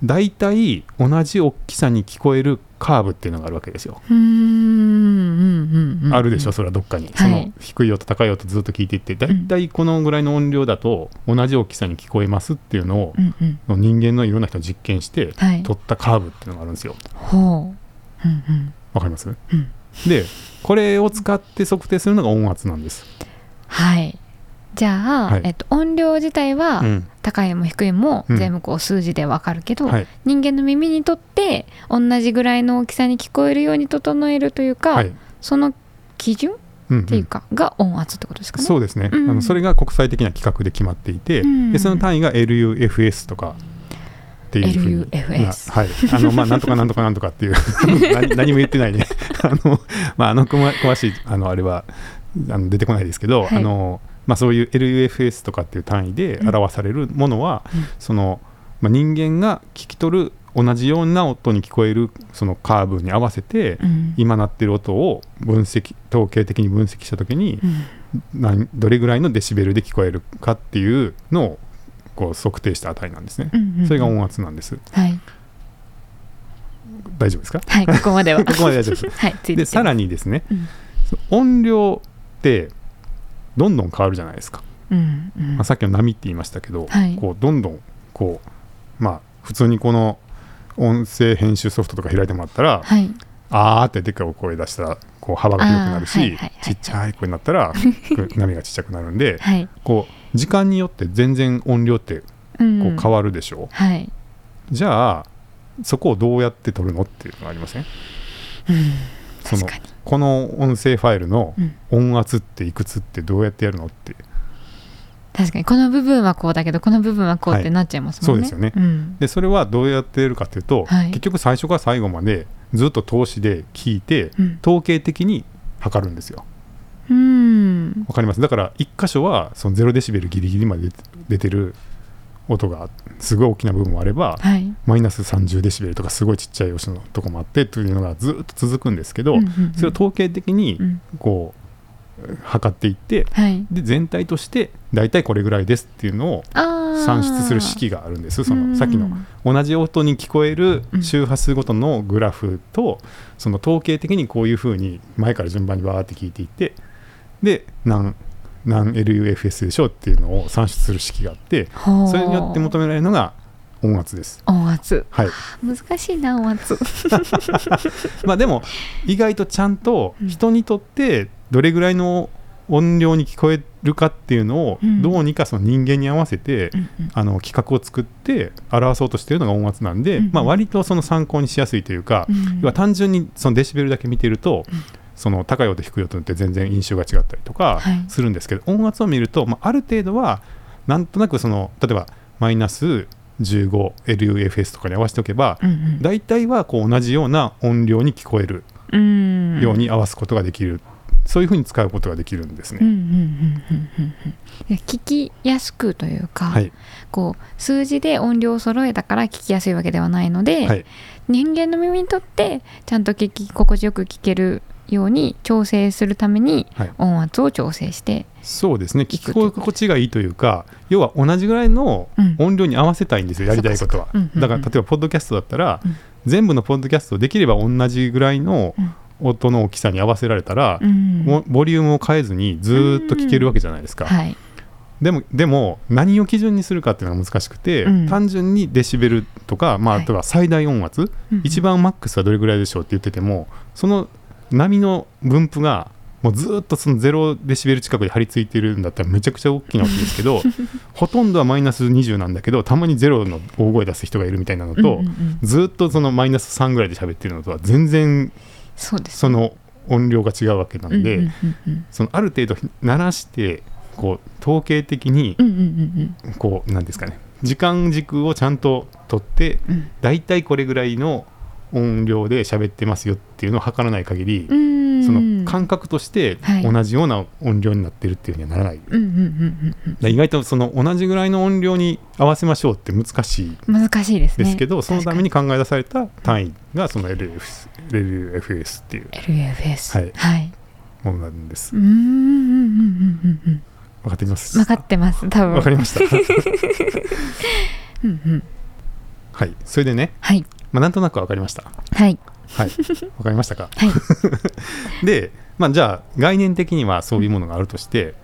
S1: 大体同じ大きさに聞こえるカーブっていうのがあるわけですよ、
S2: うーんうんうんうん
S1: あるでしょそれはどっかに、
S2: い
S1: その低い音高い音ずっと聞いていって大体このぐらいの音量だと同じ大きさに聞こえますっていうのを
S2: うんうん
S1: 人間のいろんな人実験して
S2: はい
S1: 取ったカーブっていうのがあるんですよ
S2: ほううんうん
S1: わかります、
S2: うん
S1: でこれを使って測定するのが音圧なんです、
S2: はいじゃあ、
S1: はい
S2: えっと、音量自体は
S1: うん
S2: 高いも低いも
S1: うん
S2: 全部こう数字でわかるけど、
S1: はい
S2: 人間の耳にとって同じぐらいの大きさに聞こえるように整えるというか、
S1: はい
S2: その基準っ
S1: うん
S2: ていうか、が音圧ってことですかね。
S1: そうですね、
S2: うん
S1: あのそれが国際的な規格で決まっていて、
S2: うん
S1: でその単位が LUFS とかっていうふうに
S2: LUFS
S1: まあはいあのまあなんとかなんとかなんとかっていう何 何も言ってないね あの,、まあ、あの詳詳しいあのあれはあの出てこないですけど、
S2: はい
S1: あのまあ、そういう LUFS とかっていう単位で表されるものは、
S2: うん
S1: そのまあ、人間が聞き取る同じような音に聞こえるそのカーブに合わせて、
S2: うん
S1: 今鳴ってる音を分析統計的に分析した時に、
S2: うん
S1: 何どれぐらいのデシベルで聞こえるかっていうのをこう測定した値なんですね
S2: う。んうん
S1: それが音圧なんです。
S2: はい、
S1: 大丈夫ですか
S2: はい、ここまでは
S1: ここまで大丈夫で
S2: はいついて
S1: でさ
S2: に、
S1: らにですね
S2: うん
S1: 音量ってどんどん変わるじゃないですか、
S2: うんうん
S1: まあ、さっきの波って言いましたけど、
S2: はい
S1: こうどんどんこうまあ普通にこの音声編集ソフトとか開いてもらったら
S2: はい
S1: あーってでっかい声出したらこう幅が広くなる
S2: あーはい
S1: し
S2: はいはい
S1: ちっちゃい声になったら波がちっちゃくなるん で
S2: はい、
S1: こう時間によって全然音量って
S2: うん
S1: こう変わるでしょ、
S2: はい、
S1: じゃあそこをどうやって取るのっていうのがありません
S2: うん、
S1: その
S2: 確かに
S1: この音声ファイルの
S2: うん
S1: 音圧っていくつってどうやってやるのって
S2: 確かにこの部分はこうだけどこの部分はこうってなっちゃいますもんね、
S1: はいそうです
S2: よね、うん、
S1: でそれはどうやってやるかっていうと、
S2: はい
S1: 結局最初から最後までずっと通しで聞いて
S2: うん
S1: 統計的に測るんですよ
S2: うん
S1: わかりますだから1箇所はその0デシベルギリギリまで出て出てる音がすごい大きな部分もあれば
S2: はい
S1: マイナス30デシベルとかすごいちっちゃい音のとこもあってというのがずっと続くんですけど、
S2: うんうんうん
S1: それを統計的に
S2: うん
S1: こう測っていって
S2: はい
S1: で全体として大体これぐらいですっていうのを
S2: あー
S1: 算出する式があるんですそうの
S2: ん
S1: さっきの同じ音に聞こえる
S2: うん
S1: 周波数ごとのグラフとその統計的にこういうふうに前から順番にバーって聞いていってで何何 LUFS でしょうっていうのを算出する式があって
S2: ほう
S1: それによって求められるのが音圧です。
S2: 音圧
S1: はい
S2: 難しいな音圧
S1: まあでも意外とちゃんと人にとってどれぐらいの音量に聞こえるかっていうのを
S2: うん
S1: どうにかその人間に合わせて、
S2: うんうん
S1: あの企画を作って表そうとしてるのが音圧なんで、
S2: うんうん
S1: まあ、割とその参考にしやすいというか、
S2: うん
S1: 要は単純にそのデシベルだけ見てると、その高い音低い音って全然印象が違ったりとか
S2: はい
S1: するんですけど、音圧を見ると、まあ、ある程度はなんとなくその例えばマイナス 15LUFS とかに合わせておけば、
S2: うんうん
S1: 大体はこう同じような音量に聞こえる
S2: うん
S1: ように合わすことができる、そういうふうに使うことができるんですね。
S2: うんうんうんうんうんうん聞きやすくというか、
S1: はい、
S2: こう数字で音量を揃えたから聞きやすいわけではないので、
S1: はい
S2: 人間の耳にとってちゃんと聞き心地よく聞けるように調整するために
S1: はい
S2: 音圧を調整して、
S1: そうですね聞
S2: 聞
S1: き
S2: くということ
S1: 心地がいいというか要は同じぐらいの
S2: うん
S1: 音量に合わせたいんですよ、やりたいことは、
S2: そっかそっかうんうんうん
S1: だから例えばポッドキャストだったら、
S2: うん
S1: 全部のポッドキャストできれば同じぐらいの
S2: うん
S1: 音の大きさに合わせられたら
S2: う、ん
S1: もボリュームを変えずにずーっと聞けるわけじゃないですか、
S2: はい
S1: でもでも何を基準にするかっていうのが難しくて、
S2: うん
S1: 単純にデシベルとか、まあ、
S2: はい
S1: あとは最大音圧、
S2: うん
S1: 一番マックスはどれぐらいでしょうって言っててもその波の分布がもうずーっとその0デシベル近くで張り付いてるんだったらめちゃくちゃ大きなわけですけ どほとんどはマイナス20なんだけどたまに0の大声出す人がいるみたいなのと、
S2: うんうんうん
S1: ずーっとそのマイナス3ぐらいで喋ってるのとは全然
S2: そうです
S1: その音量が違うわけなんで、
S2: うんうん
S1: そのある程度鳴らしてこう統計的に
S2: うんうんうん
S1: こうなんですかね時間軸をちゃんと取って
S2: うんうん
S1: だいたいこれぐらいの音量で喋ってますよっていうのを測らない限り
S2: う、ん
S1: その感覚として
S2: はい
S1: 同じような音量になってるっていうふうにはならない、だか
S2: うんうんうんうん
S1: ら意外とその同じぐらいの音量に合わせましょうって難しい
S2: うん難しいですね
S1: ですけど、そのため
S2: に
S1: に考え出された単位がその LFS, LFS っていう
S2: LFS
S1: はい
S2: はい
S1: ものなんです
S2: う。んうんうんうんうんうん
S1: 分かっています
S2: 分かってます多分
S1: わかりました。
S2: うんうん
S1: はい、それでね、
S2: はい
S1: まあ、なんとなくわかりました。
S2: はい
S1: はい、わかりましたか。
S2: はい
S1: で、まあ、じゃあ概念的にはそういうものがあるとして、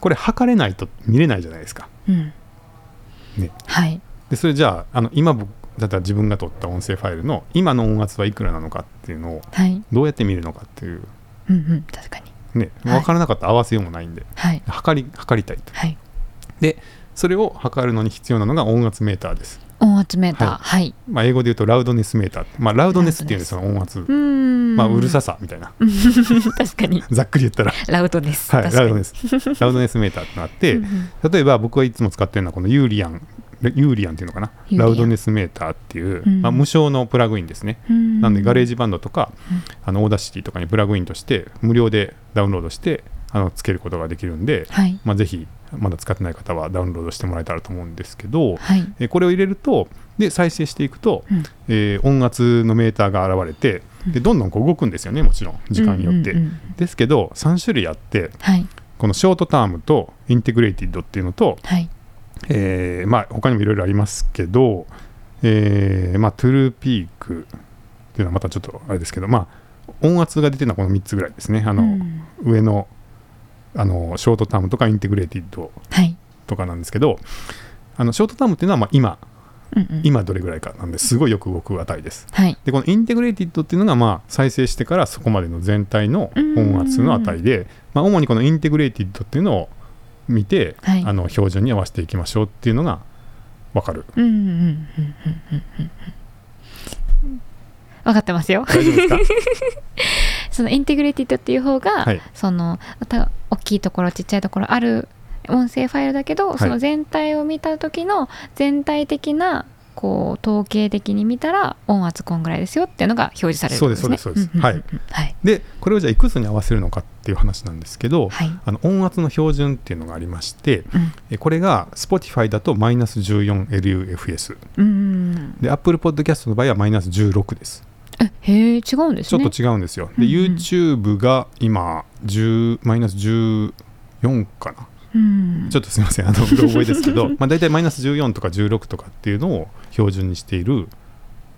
S1: これ測れないと見れないじゃないですか。
S2: うん
S1: ね
S2: はい
S1: で、それじゃああの今僕だったら自分が撮った音声ファイルの今の音圧はいくらなのかっていうのを
S2: はい
S1: どうやって見るのかっていう
S2: うんうん確かに
S1: ね、
S2: はい
S1: わからなかったら合わせようもないんで、
S2: はい
S1: 測り測りたいと。
S2: はい
S1: それを測るのに必要なのが音圧メーターです。
S2: 音圧メーターはい
S1: まあ、英語で言うとラウドネスメーター。まあ、ラウドネスっていうんですよ、その音圧。
S2: うーん
S1: まあ、うるささみたいな。
S2: うん 確かに
S1: ざっくり言ったら。
S2: ラウドです
S1: はい、
S2: 確か
S1: ラウ
S2: に
S1: ドネス。ラウドネスメーターってのがあって、
S2: うんうん
S1: 例えば僕がいつも使ってるのはこのユーリアン、ユーリアンっていうのかな、
S2: ユーリアン
S1: ラウドネスメーターっていう、
S2: うん
S1: まあ、無償のプラグインですね。
S2: うん
S1: なんで、ガレージバンドとか、
S2: うん
S1: あのオーダーシティとかにプラグインとして、無料でダウンロードして、あのつけることができるんで、
S2: はい
S1: まあ、ぜひ、まだ使ってない方はダウンロードしてもらえたらと思うんですけど、
S2: はい
S1: えこれを入れると、で再生していくと、
S2: うん
S1: えー音圧のメーターが現れて、でどんどんこう動くんですよね、もちろん、時間によって。
S2: うんうんうん
S1: ですけど、3種類あって、
S2: はい
S1: このショートタームとインテグレイティッドっていうのと、
S2: はい
S1: えーまあ他にもいろいろありますけど、えーまあ、トゥルーピークっていうのはまたちょっとあれですけど、まあ、音圧が出てるのはこの3つぐらいですねあ
S2: あ
S1: の、上のあのショートタームとかインテグレーティッド
S2: はい
S1: とかなんですけどあのショートタームっていうのはまあ今
S2: うんうん
S1: 今どれぐらいかなんですごいよく動く値です
S2: はい
S1: でこのインテグレーティッドっていうのがまあ再生してからそこまでの全体の音圧の値で、まあ、主にこのインテグレーティッドっていうのを見て、
S2: はい
S1: あの標準に合わせていきましょうっていうのが分 かる
S2: うんうんうんうんうんうんうん分かってますよ
S1: 大丈夫ですか
S2: そのインテグレティッドっていう方が、
S1: はい
S2: そのまた大きいところちっちゃいところある音声ファイルだけど、
S1: い
S2: その全体を見た時の全体的なこう統計的に見たら音圧こんぐらいですよっていうのが表示されるんですね。
S1: そうですそうですそうです
S2: んんんはい
S1: でこれをじゃあいくつに合わせるのかっていう話なんですけど、
S2: はい。
S1: あの音圧の標準っていうのがありまして
S2: うん
S1: えこれが Spotify だとマイナス 14LUFS
S2: うん。
S1: で Apple Podcast の場合はマイナス16です
S2: えへえ違うんです
S1: ちょ
S2: ね。
S1: っと違うんですよ、で
S2: うんうん
S1: YouTube が今10マイナス14かな
S2: うん
S1: ちょっとすみません、あの、うろ覚えです けど、まあ、大体マイナス14とか16とかっていうのを標準にしている、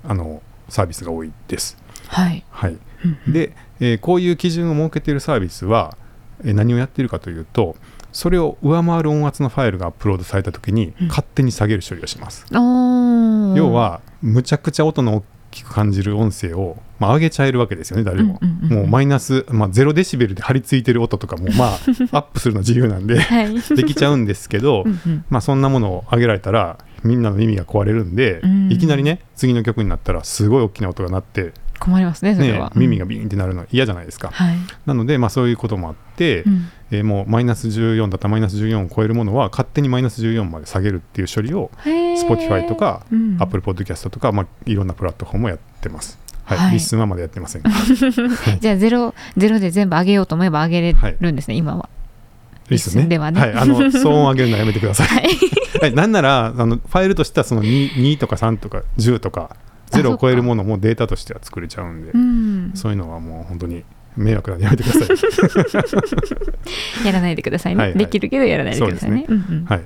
S1: あの、サービスが多いです。
S2: はい。
S1: はい。
S2: うんうん
S1: で、えーこういう基準を設けているサービスは、えー何をやっているかというと、それを上回る音圧のファイルがアップロードされたときに、
S2: うん
S1: 勝手に下げる処理をします。
S2: おー
S1: 要は、むちゃくちゃ音の大きく感じる音声を、まあ、上げちゃえるわけですよね、誰も。
S2: うんうんうんうん
S1: もうマイナス、まあ、0デシベルで張り付いてる音とかも、まあ、アップするの自由なんで、
S2: はい。うん
S1: できちゃうんですけど、
S2: うん
S1: まあ、そんなものを上げられたらみんなの耳が壊れるんで、
S2: うん
S1: いきなりね次の曲になったらすごい大きな音が鳴って、
S2: 困りますねそれ
S1: ね
S2: は。、
S1: 耳が
S2: うん
S1: ビーンってなるの嫌じゃないですか、
S2: はい。
S1: なので、まあ、そういうこともあって、
S2: うん
S1: えーもうマイナス14だったらマイナス14を超えるものは勝手にマイナス14まで下げるっていう処理を
S2: へー
S1: Spotify とか
S2: うん、
S1: Apple Podcast とか、まあ、いろんなプラットフォームをやってます。はい
S2: はい
S1: リスンはまだやってません
S2: じゃあゼロゼロで全部上げようと思えば上げれるんですね、今は。
S1: リスンね
S2: ではね
S1: はい、 あの騒音上げるのやめてください、 はい、なんならあのファイルとしてはその 2, 2とか3とか10とか
S2: あ
S1: 0
S2: そ
S1: を
S2: っ
S1: 超える
S2: か
S1: ものもデータとしては作れちゃうんで
S2: うん、
S1: そういうのはもう本当に迷惑なんでやめてくださ い。
S2: やらないでくださいね、
S1: はいはい
S2: できるけどやらないでくださいね。うんうん
S1: はい、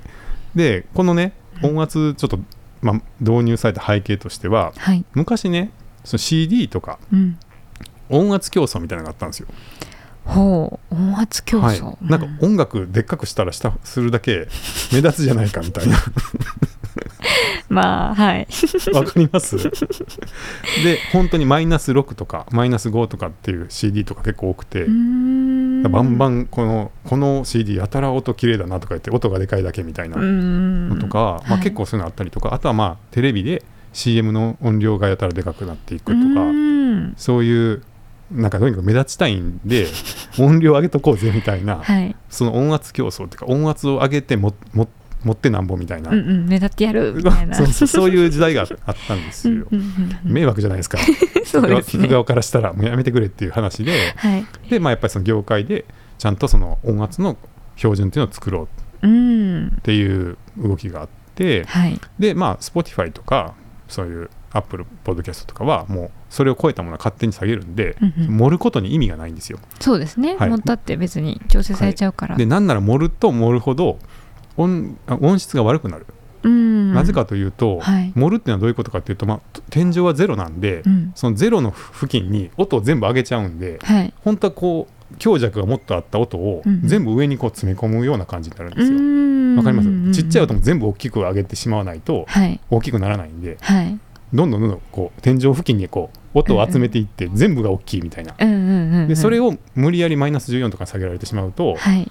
S1: でこのね音圧ちょっと、まあ、導入された背景としては
S2: はい、
S1: 昔ねその CD とか
S2: うん
S1: 音圧競争みたいなのがあったんですよ。
S2: ほう音圧競
S1: はい
S2: 争、、
S1: なんか音楽でっかくしたらしたするだけ目立つじゃないかみた いな
S2: うんまあはい
S1: わかりますで本当にマイナス6とかマイナス5とかっていう CD とか結構多くて、バ
S2: バ
S1: ンバ
S2: ン
S1: ンこのこの CD やたら音綺麗だなとか言って音がでかいだけみたいなのと
S2: と
S1: か、ま
S2: は
S1: あ、
S2: い
S1: 結構そういうのあったりとか、あとはまあテレビで CM の音量がやたらでかくなっていくとか、そういうなんかとにかく目立ちたいん で音量上げとこうぜみたいな、
S2: はい、
S1: その音圧競争っていうか音圧を上げてもも持ってなんぼみたいな、
S2: うんうん、目立ってやるみたい な
S1: そうそうそういう時代があったんですよ。
S2: うんうんうんうん
S1: 迷惑じゃないですか
S2: そうです
S1: 聞く
S2: ね
S1: 側からしたらもうやめてくれっていう話 で
S2: はい
S1: で、まあ、やっぱりその業界でちゃんとその音圧の標準っていうのを作ろう
S2: うん
S1: っていう動きがあって
S2: はい
S1: でまあ Spotify とかそういう Apple Podcast とかはもうそれを超えたものは勝手に下げるんで、
S2: うんうん
S1: 盛ることに意味がないんですよ
S2: そうですね、
S1: はい
S2: もうだって別に調整されちゃうから、
S1: でなんなら盛ると盛るほど音あ音質が悪くなる、
S2: うん
S1: なぜかというと、
S2: はい
S1: 盛るっていうのはどういうことかっていうと、まあ、天井はゼロなんで、
S2: うん
S1: そのゼロの付近に音を全部上げちゃうんで
S2: はい
S1: 本当はこう強弱がもっとあった音を
S2: うんうん
S1: 全部上にこう詰め込むような感じになるんで
S2: う
S1: すよ。
S2: ん
S1: わかりますちっちゃい音も全部大きく上げてしまわないと
S2: はい
S1: 大きくならないんで
S2: はい
S1: どんどんどんどんこう天井付近にこう音を集めていって全部が大きいみたいな。
S2: うんうんうんうん
S1: でそれを無理やりマイナス14とかに下げられてしまうと
S2: はい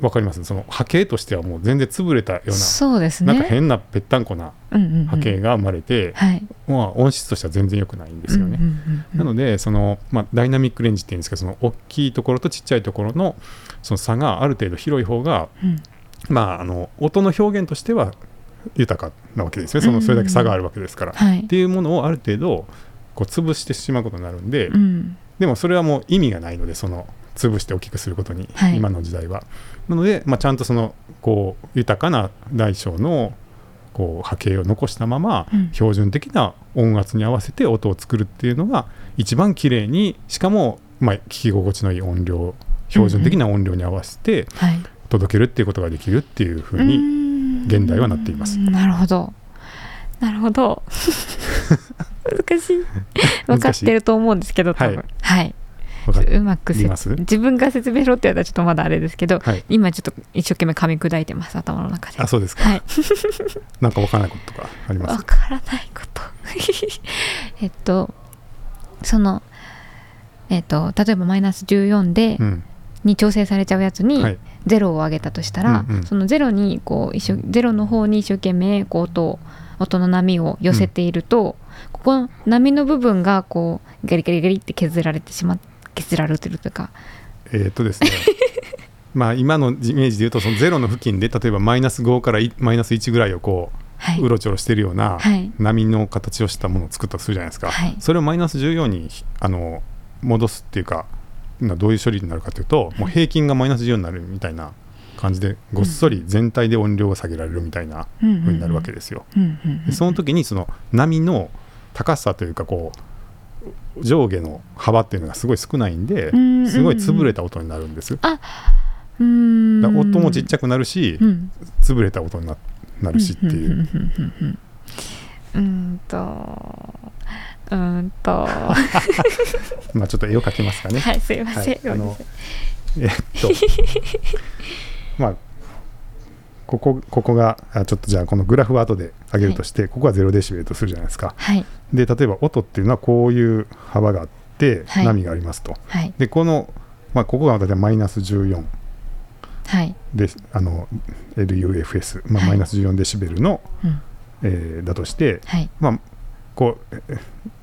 S1: わかりますその波形としてはもう全然潰れたよう
S2: そうです
S1: な
S2: ね
S1: なんか変なぺったんこな
S2: うんうんうん
S1: 波形が生まれて
S2: はい
S1: まあ音質としては全然良くないんですよね
S2: うん。うんうん
S1: なのでその、まあ、ダイナミックレンジっていうんですけどその大きいところとちっちゃいところのその差がある程度広い方が、
S2: うん
S1: まあ、あの音の表現としては豊かなわけですねそ
S2: うんうんう
S1: の
S2: ん
S1: それだけ差があるわけですから。っ
S2: はい
S1: ていうものをある程度こう潰してしまうことになるんで、
S2: うん
S1: でもそれはもう意味がないのでその潰して大きくすることに、
S2: はい
S1: 今の時代は。なので、まあ、ちゃんとそのこう豊かな大小のこう波形を残したまま、
S2: うん
S1: 標準的な音圧に合わせて音を作るっていうのが一番綺麗にしかも、まあ、聞き心地のいい音量標準的な音量に合わせて
S2: はい
S1: 届けるっていうことができるっていうふう
S2: う
S1: に
S2: ん
S1: 現代はなっています
S2: なるほどなるほど 難しい分かってると思うんですけど多分はい、
S1: 分かっ
S2: うまくせ
S1: ります
S2: 自分が説明しろってやったらちょっとまだあれですけど、
S1: はい
S2: 今ちょっと一生懸命噛み砕いてます頭の中で
S1: あそうですか
S2: はい
S1: なんか分からないこととかありま
S2: わ
S1: す
S2: からないこと えっとそのえっと例えばマイナス14で、
S1: うん
S2: に調整されちゃうやつに、
S1: はい
S2: ゼロを上げたとしたら、
S1: うんうん
S2: そのゼロにこう一生ゼロの方に一生懸命こう音を音の波を寄せていると、ここの波の部分がこうガリガリガリって削られてしま削られてるというか
S1: えーっと ですねまあ今のイメージで言うとそのゼロの付近で例えばマイナス5からいマイナス1ぐらいをこ
S2: はいう
S1: うろちょろしてるような
S2: はい
S1: 波の形をしたものを作ったとするじゃないですか、
S2: はい
S1: それをマイナス14にあの戻すっていうかなどういう処理になるかというともう平均がマイナス14になるみたいな感じでごっそり全体で音量が下げられるみたいな
S2: うん
S1: 風になるわけ
S2: で、
S1: ですよ。
S2: うんうんうん
S1: でその時にその波の高さというかこう上下の幅っていうのがすごい少ないんで
S2: うんうんうん
S1: すごい潰れた音になるんです。だか
S2: うーん
S1: ら音もちっちゃくなるし
S2: うん
S1: 潰れた音にななるしってい
S2: うん
S1: う。
S2: うんうんうんうんうーんとうーん とは
S1: まあちょっと絵を描きますかね。
S2: いすいません、
S1: はいあの
S2: ごめんなさい
S1: えっとまあここここがあちょっとじゃあこのグラフは後で上げるとして、ここは0デシベルとするじゃないですか
S2: はい
S1: で例えば音っていうのはこういう幅があって、
S2: はい
S1: 波がありますと
S2: はい
S1: でこの、まあ、ここが大体マイナス14
S2: はい
S1: であの LUFS、まあ、
S2: はい
S1: マイナス14デシベルの、
S2: うん
S1: えーだとして
S2: はい
S1: まあこうえ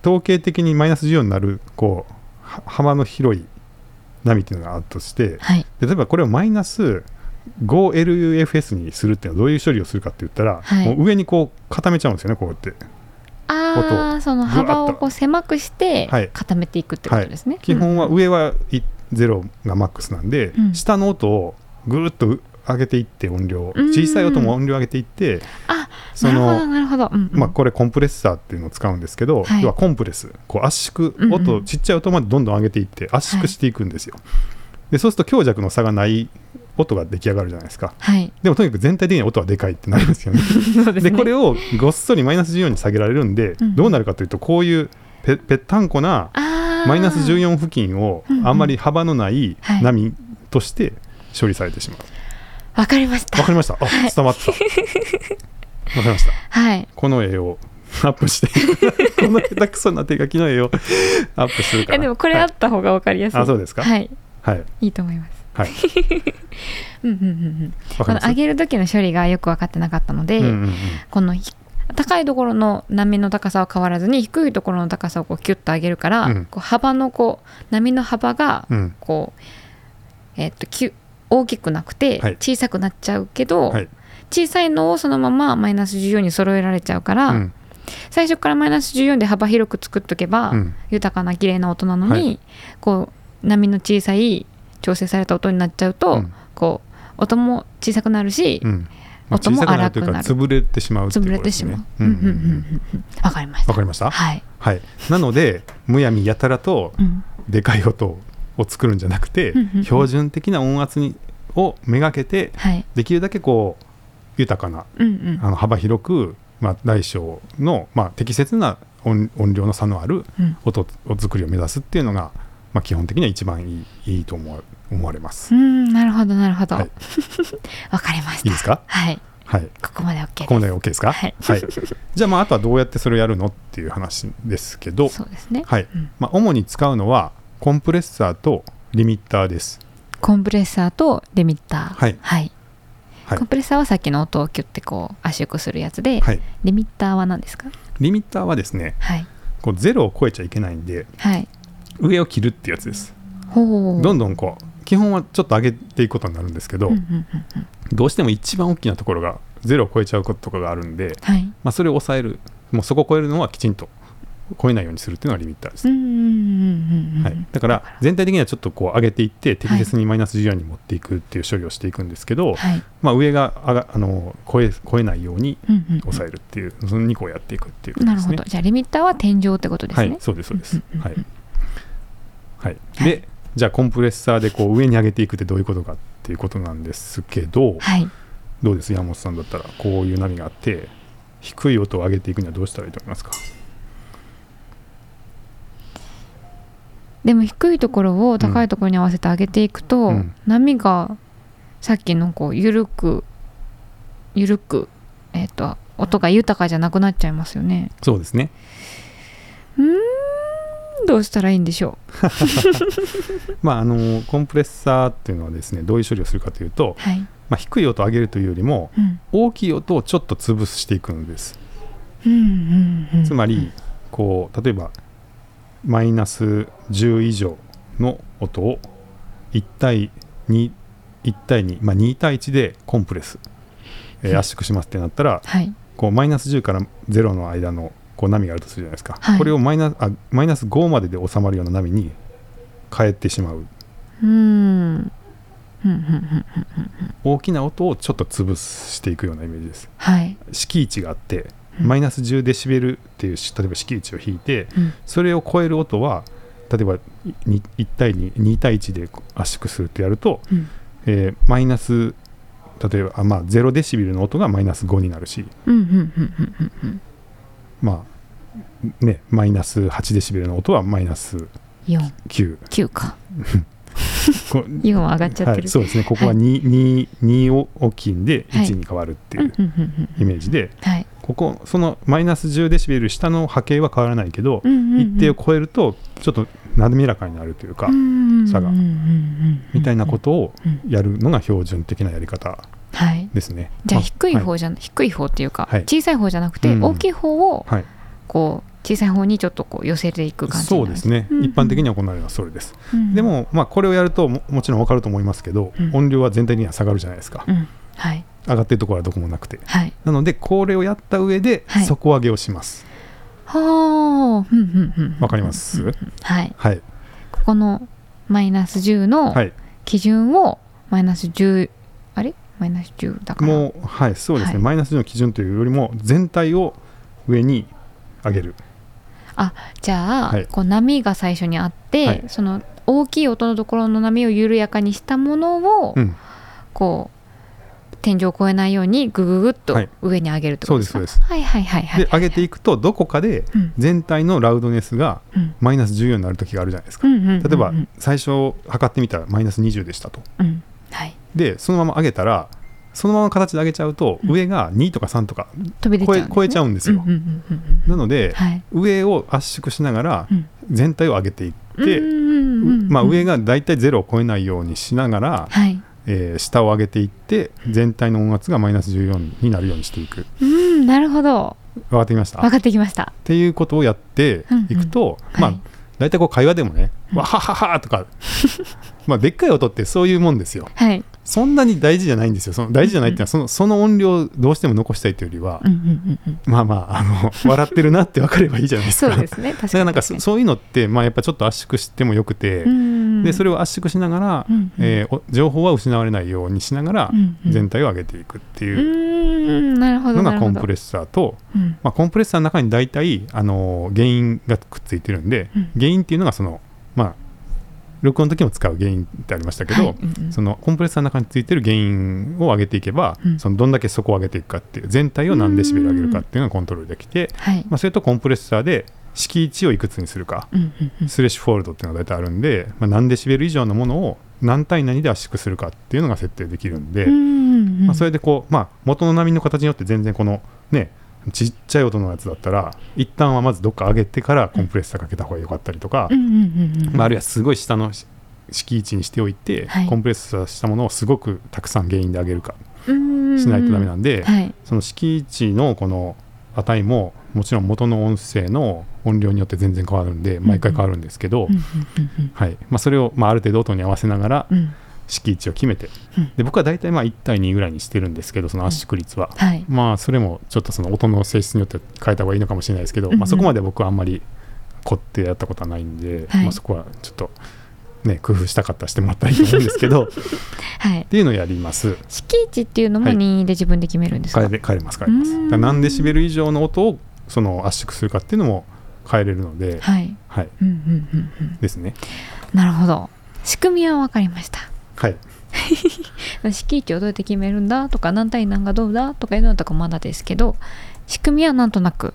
S1: 統計的にマイナス14になるこうは幅の広い波っていうのがあったとして、
S2: はい
S1: で例えばこれをマイナス 5LUFS にするっていうのはどういう処理をするかって言ったら、
S2: はい
S1: もう上にこう固めちゃうんですよねこうやって
S2: ああその幅
S1: ぐわ
S2: を
S1: っと
S2: こう狭くして
S1: はい
S2: 固めていくってことですね、
S1: 基本は
S2: うん
S1: 上は0がマックスなんで、
S2: うん
S1: 下の音をぐーっと上げていって音量を
S2: うん
S1: 小さい音も音量上げていって
S2: あ
S1: その
S2: なるほどなるほど、うんうん
S1: まあ、これコンプレッサーっていうのを使うんですけど、
S2: はい
S1: 要はコンプレスこう圧縮
S2: うんうん
S1: 音、ちっちゃい音までどんどん上げていって圧縮していくんですよ、でそうすると強弱の差がない音が出来上がるじゃないですか
S2: はい
S1: でもとにかく全体的に音はでかいってなりますよね
S2: そう です
S1: で
S2: ね
S1: これをごっそりマイナス14に下げられるんで、
S2: うん
S1: どうなるかというとこういうぺぺったんこな
S2: あ
S1: マイナス14付近を
S2: うんうん
S1: あんまり幅のない
S2: はい
S1: 波として処理されてしまう。
S2: わかりました
S1: わかりました。あ、伝わった。わかりました。
S2: はい
S1: この絵をアップして、 この下手くそな手書きの絵をアップするから。
S2: えでもこれあ
S1: は
S2: っ
S1: い、
S2: た方がわかりやすい、
S1: あ、そうですか。はい。
S2: は
S1: は
S2: い
S1: い。
S2: いいと思います
S1: わ、
S2: うんうんうんうん
S1: か
S2: こ
S1: りま
S2: の
S1: す。
S2: 上げる時の処理がよく分かってなかったので、
S1: うんうんうん
S2: このひ高いところの波の高さは変わらずに低いところの高さをこうキュッと上げるから、
S1: うん
S2: こう幅のこう波の幅が
S1: うん。
S2: こう、えっときゅ大きくなくて
S1: はい
S2: 小さくなっちゃうけど、
S1: はい
S2: 小さいのをそのままマイナス14に揃えられちゃうから、
S1: うん
S2: 最初からマイナス14で幅広く作っとけば、
S1: うん
S2: 豊かな綺麗な音なのに、
S1: はい
S2: こう波の小さい調整された音になっちゃうと、
S1: うん
S2: こう音も小さくなるし、
S1: うん。
S2: 音も
S1: 小さくなるというか
S2: 荒くなる
S1: 潰れてしまうっていう
S2: 潰れ
S1: ことで
S2: て
S1: す
S2: し
S1: ね。
S2: まう。
S1: う
S2: うんん
S1: う
S2: うん
S1: う
S2: んうん
S1: ん。
S2: うんうんわかりました。
S1: わかりました。
S2: はい。
S1: はい。なので、むやみやたらと
S2: うん
S1: でかい音を作るんじゃなくて
S2: うんうんう、ん
S1: 標準的な音圧にをめがけて、
S2: はい。
S1: できるだけこう豊かな
S2: うんうん
S1: あの幅広く、まあ、大小の、まあ、適切な音音量の差のある
S2: うん
S1: 音を作りを目指すっていうのが、まあ、基本的には一番いいいいと思わ思われま
S2: う
S1: す。
S2: ん。なるほどなるほど。
S1: は
S2: わ
S1: い、
S2: かりま
S1: い
S2: した。
S1: いですか
S2: はい。
S1: はい
S2: ここまで OK
S1: ここ
S2: で
S1: まで OK ですか、
S2: はい
S1: じゃあまああとはどうやってそれをやるのっていう話ですけど
S2: す。、そうですね。
S1: はい
S2: うん
S1: まあ、主に使うのはコンプレッサーとリミッターです。
S2: コンプレッサーとリミッター。
S1: はい
S2: はい。
S1: はい
S2: コンプレッサーはさっきの音をキュッてこう圧縮するやつで、
S1: はい、
S2: リミッターは何ですか？
S1: リミッターはですね
S2: はい
S1: こうゼロを超えちゃいけないんで
S2: はい。
S1: 上を切るってやつです。
S2: ほ
S1: どん
S2: う。どん
S1: どんこう基本はちょっと上げていくことになるんですけど、
S2: うんうんうんうん。
S1: どうしても一番大きなところがゼロを超えちゃうこととかがあるんで、
S2: はい。
S1: まあ、それを抑えるもうそこを超えるのはきちんと超えないようにするっていうのはリミッターです、
S2: うんうんうんうんうん。
S1: はい、だから全体的にはちょっとこう上げていって適切にマイナス14に持っていくっていう処理をしていくんですけど、
S2: はい。
S1: まあ、上が上があの超え超えないように
S2: うんうんうん。
S1: 抑えるっていうその2個をやっていくっていうこと
S2: な
S1: で
S2: る
S1: す
S2: ほ
S1: ね。
S2: ど。じゃあリミッターは天井ってことです
S1: は
S2: ね
S1: い、。そうですそうです。
S2: うんうん
S1: はい
S2: うん、
S1: はい、でじゃあコンプレッサーでこう上に上げていくってどういうことかっていうことなんですけど、
S2: はい。
S1: どうです山本さんだったらこういう波があって低い音を上げていくにはどうしたらいいと思いますか
S2: でも低いところを高いところに合わせて上げていくと、
S1: うん
S2: 波がさっきのこう緩く緩くえっ、と音が豊かじゃなくなっちゃいますよね。
S1: そうですね
S2: うーんどうしたらいいんでしょ
S1: まああのコンプレッサーっていうのはですねどういう処理をするかというと
S2: う。、はい。
S1: まあ、低い音を上げるというよりも
S2: うん。
S1: 大きい音をちょっと潰していくんです
S2: うんうんうん。
S1: つまりこう例えばマイナス10以上の音を1対21対2、まあ、2対1でコンプレス、えー圧縮しますってなったら
S2: はい。
S1: こうマイナス10から0の間のこう波があるとするじゃないですか、
S2: はい
S1: これをマイナスあマイナス5までで収まるような波に変えてしまう
S2: うーん。うんうんうん。
S1: 大きな音をちょっと潰していくようなイメージです
S2: はい。
S1: 敷地があって
S2: うん
S1: マイナス10デシベルっていうし例えば敷地を引いて
S2: うん
S1: それを超える音は例えばに1対22対1で圧縮するってやると、
S2: うん
S1: えーマイナス例えばあ、まあ、0デシベルの音がマイナス5になるし、
S2: うんうんうんうんうんうん。
S1: まあね、マイナス8デシベルの音はマイナス
S2: 四
S1: 9
S2: 九か。
S1: こ
S2: 四は上がっちゃっ
S1: は
S2: て
S1: い、
S2: る。
S1: そうですねここは
S2: は
S1: 2,、2, 2を置きんで
S2: はい
S1: 1に変わるって
S2: うん
S1: いううん
S2: うんうん。
S1: イメージで、
S2: はい。
S1: ここそのマイナス10デシベル下の波形は変わらないけど、
S2: うんうんうん
S1: 一定を超えるとちょっと滑らかになるというか、差がみ
S2: み
S1: たいなことを
S2: うん
S1: やるのが標準的なやり方
S2: はい
S1: ですね。
S2: じゃあ
S1: ま
S2: 低い
S1: は
S2: 方じゃ、低い方っていうか、
S1: はい
S2: 小さい方じゃなく
S1: う
S2: て
S1: ん
S2: 大きい方を
S1: い、はい
S2: こう小さい方にちょっとこう寄せていく感じに
S1: そ
S2: な
S1: う
S2: るん
S1: ですね、
S2: うんうん
S1: 一般的に行われるのはそれです。
S2: うん
S1: でも、まあ、これをやるとももちろん分かると思いますけど、
S2: うん
S1: 音量は全体には下がるじゃないですか、
S2: うんはい
S1: 上がってるところはどこもなくて。
S2: はい
S1: なのでこれをやった上で
S2: はい
S1: 底上げをします。
S2: はあふんふんふんふん
S1: わかります
S2: うんうんうんはい
S1: はい、
S2: ここのマイナス10の
S1: はい、
S2: 基準をマイナス10あれマイナス10だから
S1: もうはいそうですね、
S2: はい
S1: マイナス10の基準というよりも全体を上に上げる。
S2: じゃあ、
S1: はい
S2: こう波が最初にあって、
S1: はい
S2: その大きい音のところの波を緩やかにしたものを、
S1: うん、
S2: こう天井を越えないようにぐぐぐっと
S1: はい
S2: 上に上げるってことですか、
S1: そうですそう
S2: はいはいはいはい
S1: で上げていくとどこかで
S2: うん
S1: 全体のラウドネスが
S2: うん
S1: マイナス14になる時があるじゃないです
S2: う
S1: か、
S2: んうんうんうん
S1: 例えば最初測ってみたらマイナス20でしたと
S2: うんはい
S1: でそのまま上げたらそのまま形で上げちゃうと
S2: うん
S1: 上が2とか3とか
S2: 飛び出ち
S1: 超
S2: ゃうん
S1: え,、
S2: ですね
S1: 超えちゃうんですよ、
S2: うんうんうんうんうん
S1: なので
S2: はい
S1: 上を圧縮しながら
S2: うん
S1: 全体を上げていって、
S2: うんうんうんうん
S1: まあ、上がだいたい0を超えないようにしながら、
S2: はい
S1: えー下を上げていって全体の音圧がマイナス14になるようにしていく
S2: うんなるほど
S1: 分かってきました
S2: 分
S1: っ
S2: かってきました
S1: ていうことをやっていくと、
S2: うんうん
S1: まあ
S2: はい
S1: 大体こう会話でもね「
S2: うん
S1: わははは」とか まあでっかい音ってそういうもんですよ
S2: はい
S1: そんなに大事じゃないんですよその大事じゃないっていうのはそのその音量をどうしても残したいというよりは、
S2: うんうんうん
S1: まあまああの 笑ってるなって分かればいいじゃない
S2: う
S1: で
S2: ん
S1: す
S2: そ
S1: か
S2: うですね 確
S1: だか
S2: からに
S1: なんかそそういうのって、まあ、やっぱちょっと圧縮してもよくて、でそ
S2: れ
S1: れを圧縮しながら、
S2: うんうん
S1: えーお情報は失われないようにしながら全
S2: 体
S1: 体を上げていくっていう
S2: うんなるほど
S1: の
S2: なる
S1: がコ
S2: ほ
S1: ン
S2: ど
S1: プレッサーと、
S2: うん
S1: まあ、コンプレッサーの中に大体、あのー原因がくっついてるんで、
S2: うん
S1: 原因っていうのがそのまあ録音の時も使う原因ってありましたけど、
S2: はいうんうん
S1: そのコンプレッサーの中についてる原因を上げていけば、
S2: うん
S1: そのどんだけそこを上げていくかっていう全体を何デシベル上げるかっていうのがコントロールできて、
S2: はい
S1: まあ、それとコンプレッサーで敷位置をいくつにするか、
S2: うんうんうん
S1: スレッシュフォールドっていうのが大体あるんで、まあ、何デシベル以上のものを何対何で圧縮するかっていうのが設定できるんで、
S2: うんうん
S1: まあ、それでこう、まあ、元の波の形によって全然このねちっちゃい音のやつだったら一旦はまずどっか上げてからコンプレッサーかけた方が良かったりとか、
S2: うんうんうんうん
S1: まあ、あるいはすごい下のし敷地にしておいて、
S2: はい
S1: コンプレッサーしたものをすごくたくさん原因で上げるか
S2: うん
S1: しないとダメなんで、
S2: はい
S1: その敷地のこの値ももちろん元の音声の音量によって全然変わるんで毎回変わるんですけど、
S2: うんうんうん
S1: はいまあ、それを、まあ、ある程度音に合わせながら
S2: うんうん
S1: 敷地を決めて、
S2: うん
S1: で僕は大体まあ1対2ぐらいにしてるんですけどその圧縮率は、
S2: はい
S1: まあそれもちょっとその音の性質によって変えた方がいいのかもしれないですけど、
S2: うんうん
S1: まあ、そこまで僕はあんまり凝ってやったことはないんで、
S2: はい
S1: まあ、そこはちょっとね工夫したかったらしてもらったらいいと思うんです けどっ
S2: はい
S1: ていうのをやります
S2: 敷地っていうのも
S1: はい
S2: 任意で自分で決めるんですか
S1: 変えれ変えれます変えれま
S2: う
S1: す
S2: ーん
S1: だから何デシベル以上の音をその圧縮するかっていうのも変えれるので、
S2: はい
S1: はい、
S2: うんうんうんうん
S1: ですね
S2: なるほど仕組みは分かりました
S1: はい
S2: 敷地をどうやって決めるんだとか何対何がどうだとかいうのとかまだですけど仕組みはなんとなく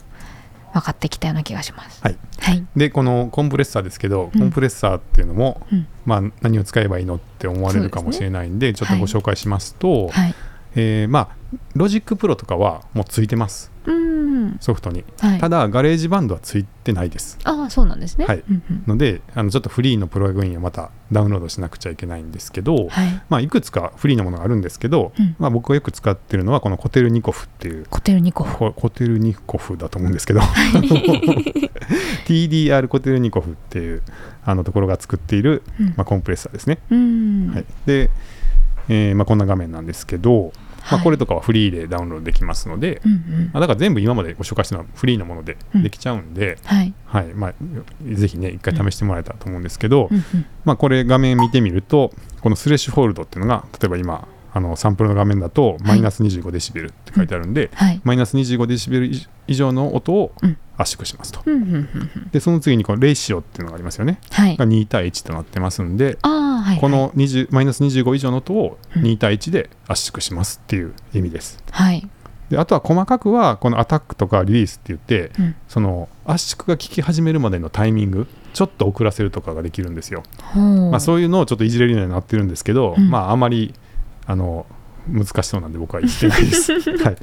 S2: 分かってきたような気がします。
S1: はい
S2: はい、
S1: でこのコンプレッサーですけど、
S2: うん
S1: コンプレッサーっていうのも、
S2: うん
S1: まあ、何を使えばいいのって思われるかもしれないんでちょっとご紹介しますと、
S2: はい、
S1: えーまあロジックプロとかはもうついてます
S2: うーん、
S1: ソフトに、
S2: はい、
S1: ただガレージバンドはついてないです
S2: ああそうなんですね。
S1: はい
S2: うんうん
S1: のであのちょっとフリーのプログインをまたダウンロードしなくちゃいけないんですけど、
S2: はい、
S1: まあ、いくつかフリーのものがあるんですけど、
S2: うん
S1: まあ、僕がよく使ってるのはこのコテルニコフっていう
S2: コテルニコフ。
S1: ココテルニコフだと思うんですけど TDR コテルニコフっていうあのところが作っている、
S2: うん
S1: まあ、コンプレッサーですね、
S2: うーん、
S1: はい、で、えーまあ、こんな画面なんですけど、ま
S2: は
S1: あ、
S2: い
S1: これとかはフリーでダウンロードできますので、
S2: うんうん
S1: まあ、だから全部今までご紹介したのはフリーのもので
S2: うん
S1: できちゃうんで、
S2: はい、
S1: はいまあ、ぜひね一回試してもらえたらと思うんですけど、
S2: うんうん
S1: まあ、これ画面見てみるとこのスレッシュホールドっていうのが例えば今あのサンプルの画面だとマイナス25デシベルって書いてあるんで、
S2: はい、
S1: マイナス25デシベル以以上の音を
S2: うん
S1: 圧縮しますと、
S2: うんうんうんうん
S1: でその次にこのレイシオっていうのがありますよね
S2: はい、
S1: が2対1となってますんで
S2: ああはい、
S1: この20マイナス25以上の音を
S2: うん
S1: 2対1で圧縮しますっていう意味です
S2: はい、
S1: であとは細かくはこのアタックとかリリースって言って、
S2: うん
S1: その圧縮が効き始めるまでのタイミングちょっと遅らせるとかができるんですよ、
S2: ほう、
S1: まあ、そういうのをちょっといじれるようになってるんですけど、
S2: うん
S1: まああまりあの難しそうなんで僕は言ってない です、はい、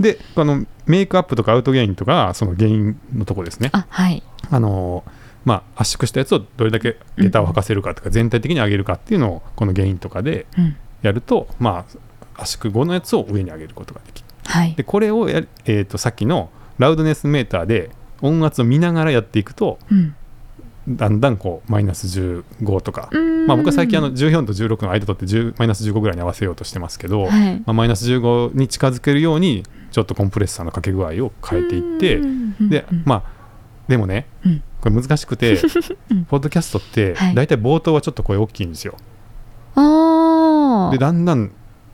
S1: でこのメイクアップとかアウトゲインとかその原因のとこですね
S2: あはい、
S1: あのまあ、圧縮したやつをどれだけ下駄を履かせるかとか、全体的に上げるかっていうのをこの原因とかで
S2: うん、
S1: やると、まあ、圧縮後のやつを上に上げることができる
S2: はい
S1: で、これをやる、えー、とさっきのラウドネスメーターで音圧を見ながらやっていくと
S2: うん、
S1: だんだんこうマイナス15とか、
S2: うーん
S1: まあ、僕は最近あの14と16の間取って10マイナス15ぐらいに合わせようとしてますけど、
S2: はい
S1: まあ、マイナス15に近づけるようにちょっとコンプレッサーのかけ具合を変えていって、
S2: うんうん
S1: で
S2: うん
S1: まあでもね、
S2: うん
S1: これ難しくて
S2: うん
S1: ポッドキャストって
S2: はい
S1: 大体冒頭はちょっと声大きいんですよ。
S2: ああ
S1: でだんだん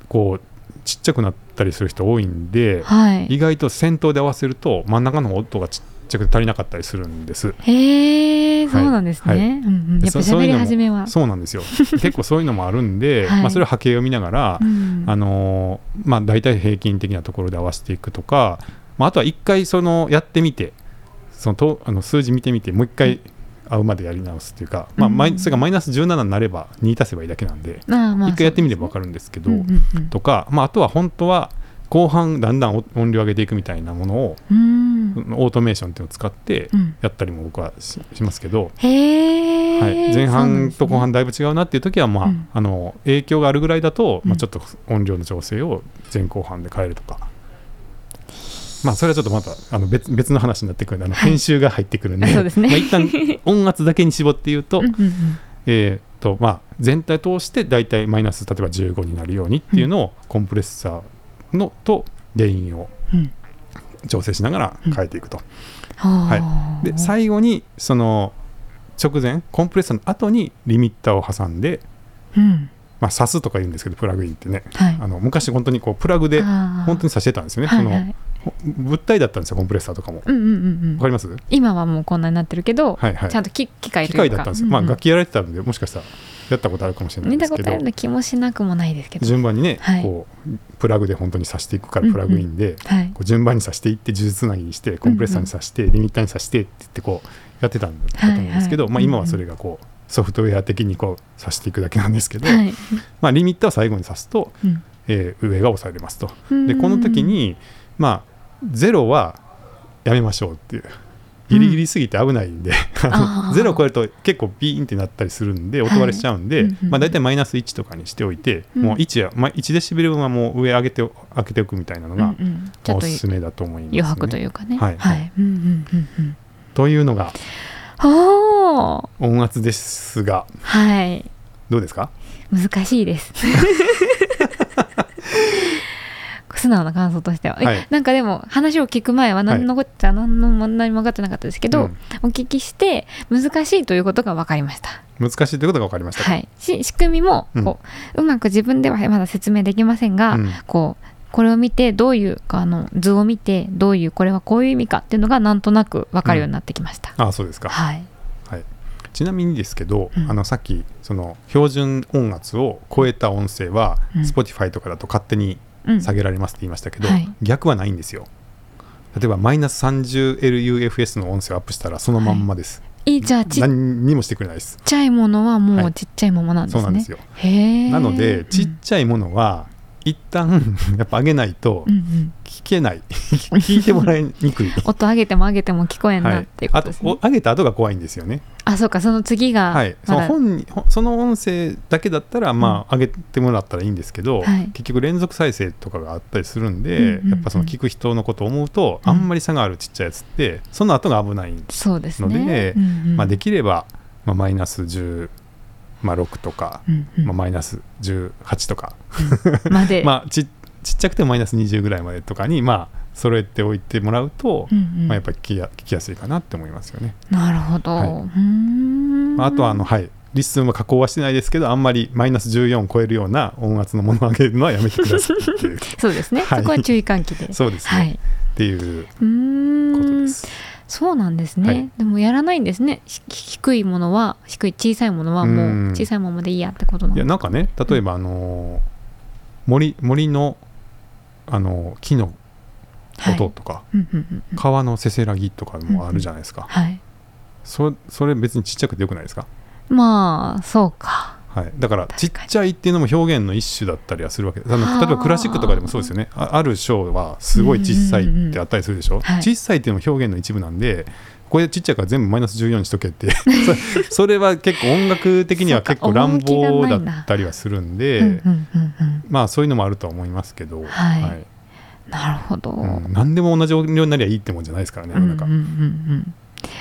S1: こうちっちゃくなったりする人多いんで
S2: はい
S1: 意外と先頭で合わせると真ん中の音がちちゃくちゃ足りなかったりするんです
S2: へえ、そうなんです
S1: は
S2: ね。
S1: いはい
S2: うんうん、やっぱ
S1: そそう
S2: 喋
S1: いう
S2: り
S1: のも
S2: 始めは。
S1: そうなん ですよ結構そういうのもあるんで、
S2: はい
S1: まあ、それを波形を見ながら、
S2: うん
S1: あのーまあ、大体平均的なところで合わせていくとか、まあ、あとは一回そのやってみてそのとあの数字見てみてもう一回合うまでやり直すっていうか、まあ、
S2: うん
S1: マイそれがマイナス17になれば2足せばいいだけなんで
S2: ああまあ
S1: 一回やってみれば分かるんですけど、
S2: そうですねうんうん
S1: とか、まあ、あとは本当は後半だんだん音量上げていくみたいなものを
S2: うんうん
S1: オートメーションっていうのを使って
S2: うん
S1: やったりも僕はししますけど、
S2: へえ、
S1: はい、前半と後
S2: そうなん
S1: 半だいぶ違うなっていう時は、まあ
S2: うん
S1: あの影響があるぐらいだと、
S2: うん
S1: まあ、ちょっと音量の調整を前後半で変えるとか、まあ、それはちょっとまたあの別別の話になってくるんであの編集が入ってくるんで,、
S2: そうですね
S1: まあ、一旦音圧だけに絞って言うと,、
S2: ですねうんうんうん
S1: えーとまあ、全体通して大体マイナス例えば15になるようにっていうのをコンプレッサーのと原因を
S2: うん
S1: 調整しながら変えていくと。
S2: は
S1: で最後にその直前コンプレッサーの後にリミッターを挟んで、
S2: うん
S1: まあ、挿すとか言うんですけどプラグインってね
S2: はい
S1: あの昔本当にこうプラグで本
S2: 本
S1: 当に挿してたんですよね、
S2: は
S1: そ
S2: い
S1: の
S2: はい
S1: ほ物体だったんですよコンプレッサーとかもわ
S2: うんうんうんう
S1: か
S2: ん
S1: りますは
S2: 今はもうこんなになってるけど、
S1: いはい
S2: ちゃんとき機械
S1: 機
S2: と
S1: 械
S2: いうか
S1: だったんですよ、まあ楽器やられてたのでもしかしたらやったことあるかもしれない
S2: 見
S1: で
S2: た
S1: す
S2: こ
S1: け
S2: とあ
S1: ど
S2: るような気もしなくもないですけど
S1: 順番にね、
S2: はい
S1: こうプラグで本当に挿していくからプラグインで、
S2: はい
S1: こう順番に挿していって呪術つなぎにしてコンプレッサーに挿して、リミッターに挿してって言ってこうやってたんだと思うんですけど、
S2: はいはい
S1: まあ、今はそれがこうソフトウェア的にこう挿していくだけなんですけど、
S2: はい
S1: まあ、リミッターは最後に挿すと、
S2: うん
S1: えー上が押されますと
S2: うん
S1: でこの時にまあゼロはやめましょうっていうギリギリすぎて危ないん で、あ
S2: あ
S1: の
S2: ー
S1: ゼロを超えると結構ビーンってなったりするんで
S2: はい
S1: 音割れしちゃうんで、
S2: うんうん
S1: まあ、大体マイナス1とかにしておいて、
S2: うん
S1: もう 1, や、まあ、1デシベル分はもう上上げて開けておくみたいなのが、
S2: うんうんち
S1: まあ
S2: ょっ
S1: お
S2: と
S1: すすめだと思います、ね。
S2: 余白というかね
S1: はい
S2: はいうんうんうんうん
S1: というのが
S2: おー
S1: 音圧ですが
S2: はい
S1: どうですか
S2: 難しいです 素直な感想としては、え
S1: はい
S2: なんかでも話を聞く前は何のこっちゃ何の問題も分かってなかったですけど、
S1: うん
S2: お聞きして難しいということが分かりました、
S1: 難しいということが分かりましたか、
S2: はい、し仕組みもこう,、うまく自分ではまだ説明できませんが、
S1: うん
S2: こうこれを見てどういうあの図を見てどういうこれはこういう意味かっていうのがなんとなく分かるようになってきました、
S1: ああそうですか、
S2: はい
S1: はい、ちなみにですけど、
S2: うん
S1: あのさっきその標準音圧を超えた音声は、
S2: うん
S1: Spotify とかだと勝手に
S2: うん
S1: 下げられますって言いましたけど、
S2: はい
S1: 逆はないんですよ例えばマイナス 30LUFS の音声をアップしたらそのまんまです、
S2: いいじゃあちっ
S1: 何にもしてくれないです
S2: ちゃいものはも
S1: は
S2: う
S1: い
S2: ちっちゃいものなんで
S1: そ
S2: すね、
S1: うなんですよ
S2: へえ
S1: なのでちっ
S2: うん
S1: ちゃいものは一旦 やっぱ上げないと
S2: うんうん
S1: 聞けない 聞いてもらいにくい
S2: 音上げても上げても聞こえん
S1: は
S2: なっ
S1: い
S2: ていう、こ
S1: あ
S2: と
S1: と
S2: ですね、
S1: お上げた後が怖いんですよね
S2: あそうかその次が
S1: はい、その
S2: まだ
S1: 本にほその音声だけだったら、まあ、上げてもらったらいいんですけど、
S2: はい
S1: 結局連続再生とかがあったりするんで、
S2: うんうんうん
S1: やっぱその聞く人のことを思うと、
S2: うん
S1: あんまり差があるちっちゃいやつってその後が危ないんで、
S2: そうですね
S1: ので
S2: うんうん
S1: まあ、できれば、まあ、マイナス16、まあ、6とか、
S2: うんうん
S1: まあ、マイナス18とか、
S2: まで、
S1: まあ、ちちっちゃくてもマイナス20ぐらいまでとかに、まあ、揃えておいてもらうと、
S2: うんうん
S1: まあ、やっぱり聞きや聞きやすいかなって思いますよね。
S2: なるほど、
S1: はいう
S2: ーん
S1: まああとはあの、はい、リスンは加工はしてないですけどあんまりマイナス14を超えるような音圧のものを上げるのはやめてくださいっていう
S2: そうですね、
S1: はい
S2: そこは注意喚起で
S1: そうですね、っ
S2: はい
S1: ていう
S2: うー
S1: ことで
S2: ん
S1: す。
S2: そうなんですね、
S1: はい
S2: でもやらないんですねし低いものは低い小さいものはも
S1: う
S2: うん小さいままでいいやってことない
S1: や
S2: の
S1: なんかね例えばあのー森森のあのー木の
S2: はい
S1: 音とか、
S2: うんうんうんうん
S1: 川のせせらぎとかもあるじゃないですか、
S2: はい
S1: そそれ別にちっちゃくてよくないですか、
S2: まあそうか
S1: はい、だからち
S2: 確
S1: っ
S2: かに
S1: ちゃいっていうのも表現の一種だったりはするわけですあ
S2: は
S1: の
S2: あ
S1: 例えばクラシックとかでもそうですよねあある章はすごい小さいってあったりするでしょ、
S2: んうんはい
S1: 小さいっていうのも表現の一部なんでこれちっちゃいから全部マイナス14にしとけって そそれは結構音楽的には結構
S2: そうか
S1: 乱
S2: 趣が
S1: 暴
S2: ない
S1: だ
S2: んだ
S1: ったりはするんで
S2: うんうんうんうん
S1: まあそういうのもあるとは思いますけど、
S2: はいなるほど、
S1: うん、何でも同じ音量になりゃいいってもんじゃないですからね世の中、
S2: うんうんうんうん、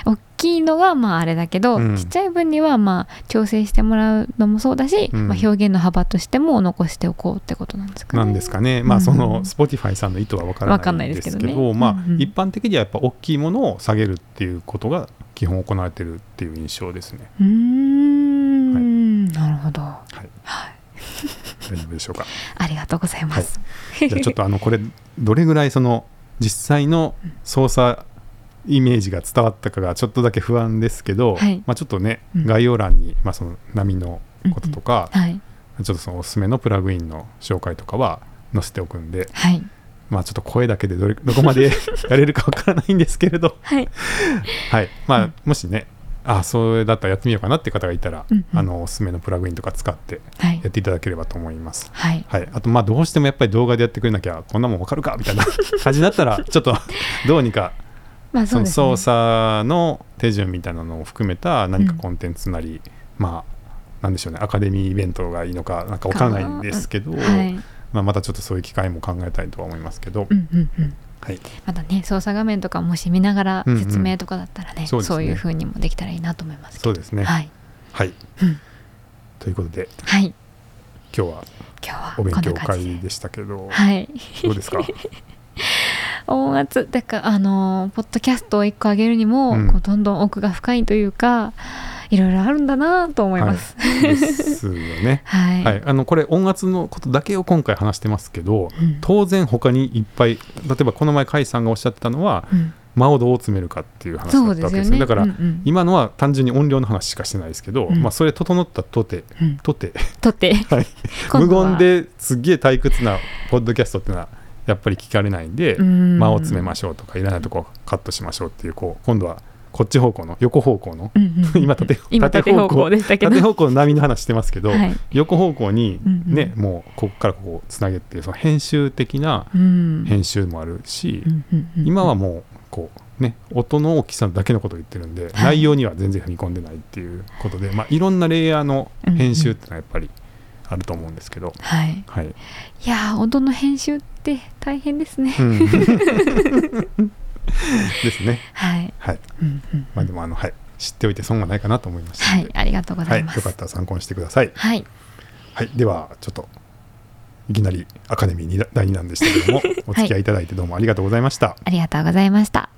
S2: 大きいのがまああれだけど、
S1: うん
S2: ちっちゃい分にはまあ調整してもらうのもそうだし、
S1: うん
S2: まあ、表現の幅としても残しておこうってことなんですかね。
S1: なんですかね、まあそ
S2: うん
S1: の Spotify さんの意図は分から
S2: わかん
S1: な
S2: ないい
S1: ん
S2: で
S1: ですす
S2: け
S1: け
S2: ど
S1: ど
S2: ね
S1: まあ、
S2: うんうん
S1: 一般的にはやっぱ大きいものを下げるっていうことが基本行われてるっていう印象です ね。
S2: うーん、なるほど。はい
S1: 大丈夫でしょうか。
S2: ありがとうございます。
S1: じゃあちょっとあのこれどれぐらいその実際の操作イメージが伝わったかがちょっとだけ不安ですけど、
S2: はい
S1: まあ、ちょっとね、
S2: うん
S1: 概要欄に、まあ、その波のこととか、
S2: はい
S1: ちょっとそのおすすめのプラグインの紹介とかは載せておくんで、
S2: はい
S1: まあ、ちょっと声だけでどれどこまでやれるかわからないんですけれど、
S2: はい
S1: はいまあ
S2: うん
S1: もしねあそれだったらやってみようかなって方がいたら、
S2: うんうん
S1: あのおすすめのプラグインとか使って
S2: はい
S1: やっていただければと思います。
S2: はい
S1: はい、あとまあどうしてもやっぱり動画でやってくれなきゃこんなもんわかるかみたいな 感じになったらちょっと どうにか
S2: まあそ
S1: そうの
S2: ですね
S1: 操作の手順みたいなのを含めた何かコンテンツなり、まあなんでしょうねアカデミーイベントがいいのかなんかわからないんですけど、
S2: はい
S1: まあ、またちょっとそういう機会も考えたいとは思いますけど、
S2: うんうんうん
S1: はい、
S2: またね操作画面とかもし見ながら
S1: うんうん
S2: 説明とかだったらね,、
S1: そ
S2: そうう
S1: ですね
S2: いう風にもできたらいいなと思いますけ
S1: そ
S2: ど
S1: うですね。
S2: はい、
S1: はい
S2: うん
S1: ということで
S2: はい、
S1: 今日は
S2: 今日は
S1: お
S2: こん
S1: 勉
S2: な
S1: 強
S2: 感じ
S1: 会
S2: で
S1: でしたけど
S2: はい
S1: どうです か
S2: 音圧だからあのーポッドキャストを一個上げるにも、
S1: うん
S2: こうどんどん奥が深いというかいろいろあるんだなと思います
S1: ですよね。
S2: はい、
S1: はい、あのこれ音圧のことだけを今回話してますけど
S2: うん
S1: 当然他にいっぱい例えばこの前甲斐さんがおっしゃってたのは
S2: うん
S1: 間をどう詰めるかっていう話だった
S2: そ
S1: わ
S2: う
S1: け
S2: で
S1: ですすよ
S2: よね
S1: だから、
S2: うんうん
S1: 今のは単純に音量の話しかしてないですけど、
S2: うん
S1: まあ、それ整ったとて
S2: うん
S1: とて、
S2: とって
S1: はい、無
S2: 今度は
S1: 言ですっげえ退屈なポッドキャストってのはやっぱり聞かれないんで、
S2: うん
S1: 間を詰めましょうとかいらないとこカットしましょうっていうこう今度はこっち方向の横方向の
S2: うんうんう ん
S1: 今縦
S2: 今
S1: 縦
S2: 縦
S1: 方向
S2: 方向でしたけど
S1: 縦方向の波の話してますけど、
S2: はい
S1: 横方向に
S2: うんうん
S1: ね、もうここからここをつなげっていうその編集的な
S2: うん
S1: 編集もあるし、
S2: うんうんうん
S1: 今はもうこうね音の大きさだけのことを言ってるんで、
S2: はい
S1: 内容には全然踏み込んでないっていうことで、まあ、いろんなレイヤーの編集ってのはやっぱりあると思うんですけど、
S2: はい
S1: はい、
S2: いやー音の編集って大変ですね、
S1: うん ですね
S2: はい、
S1: はい、
S2: うんうん
S1: まあ、でもあの、はい、知っておいて損はないかなと思いました
S2: は
S1: の
S2: い
S1: で、
S2: ありがとうございま
S1: よ
S2: す
S1: かったら参考にしてください、
S2: はい
S1: はい、ではちょっといきなりアカデミーに第2弾でしたけどもお付き合いいただいてどうもありがとうございました、
S2: ありがとうございました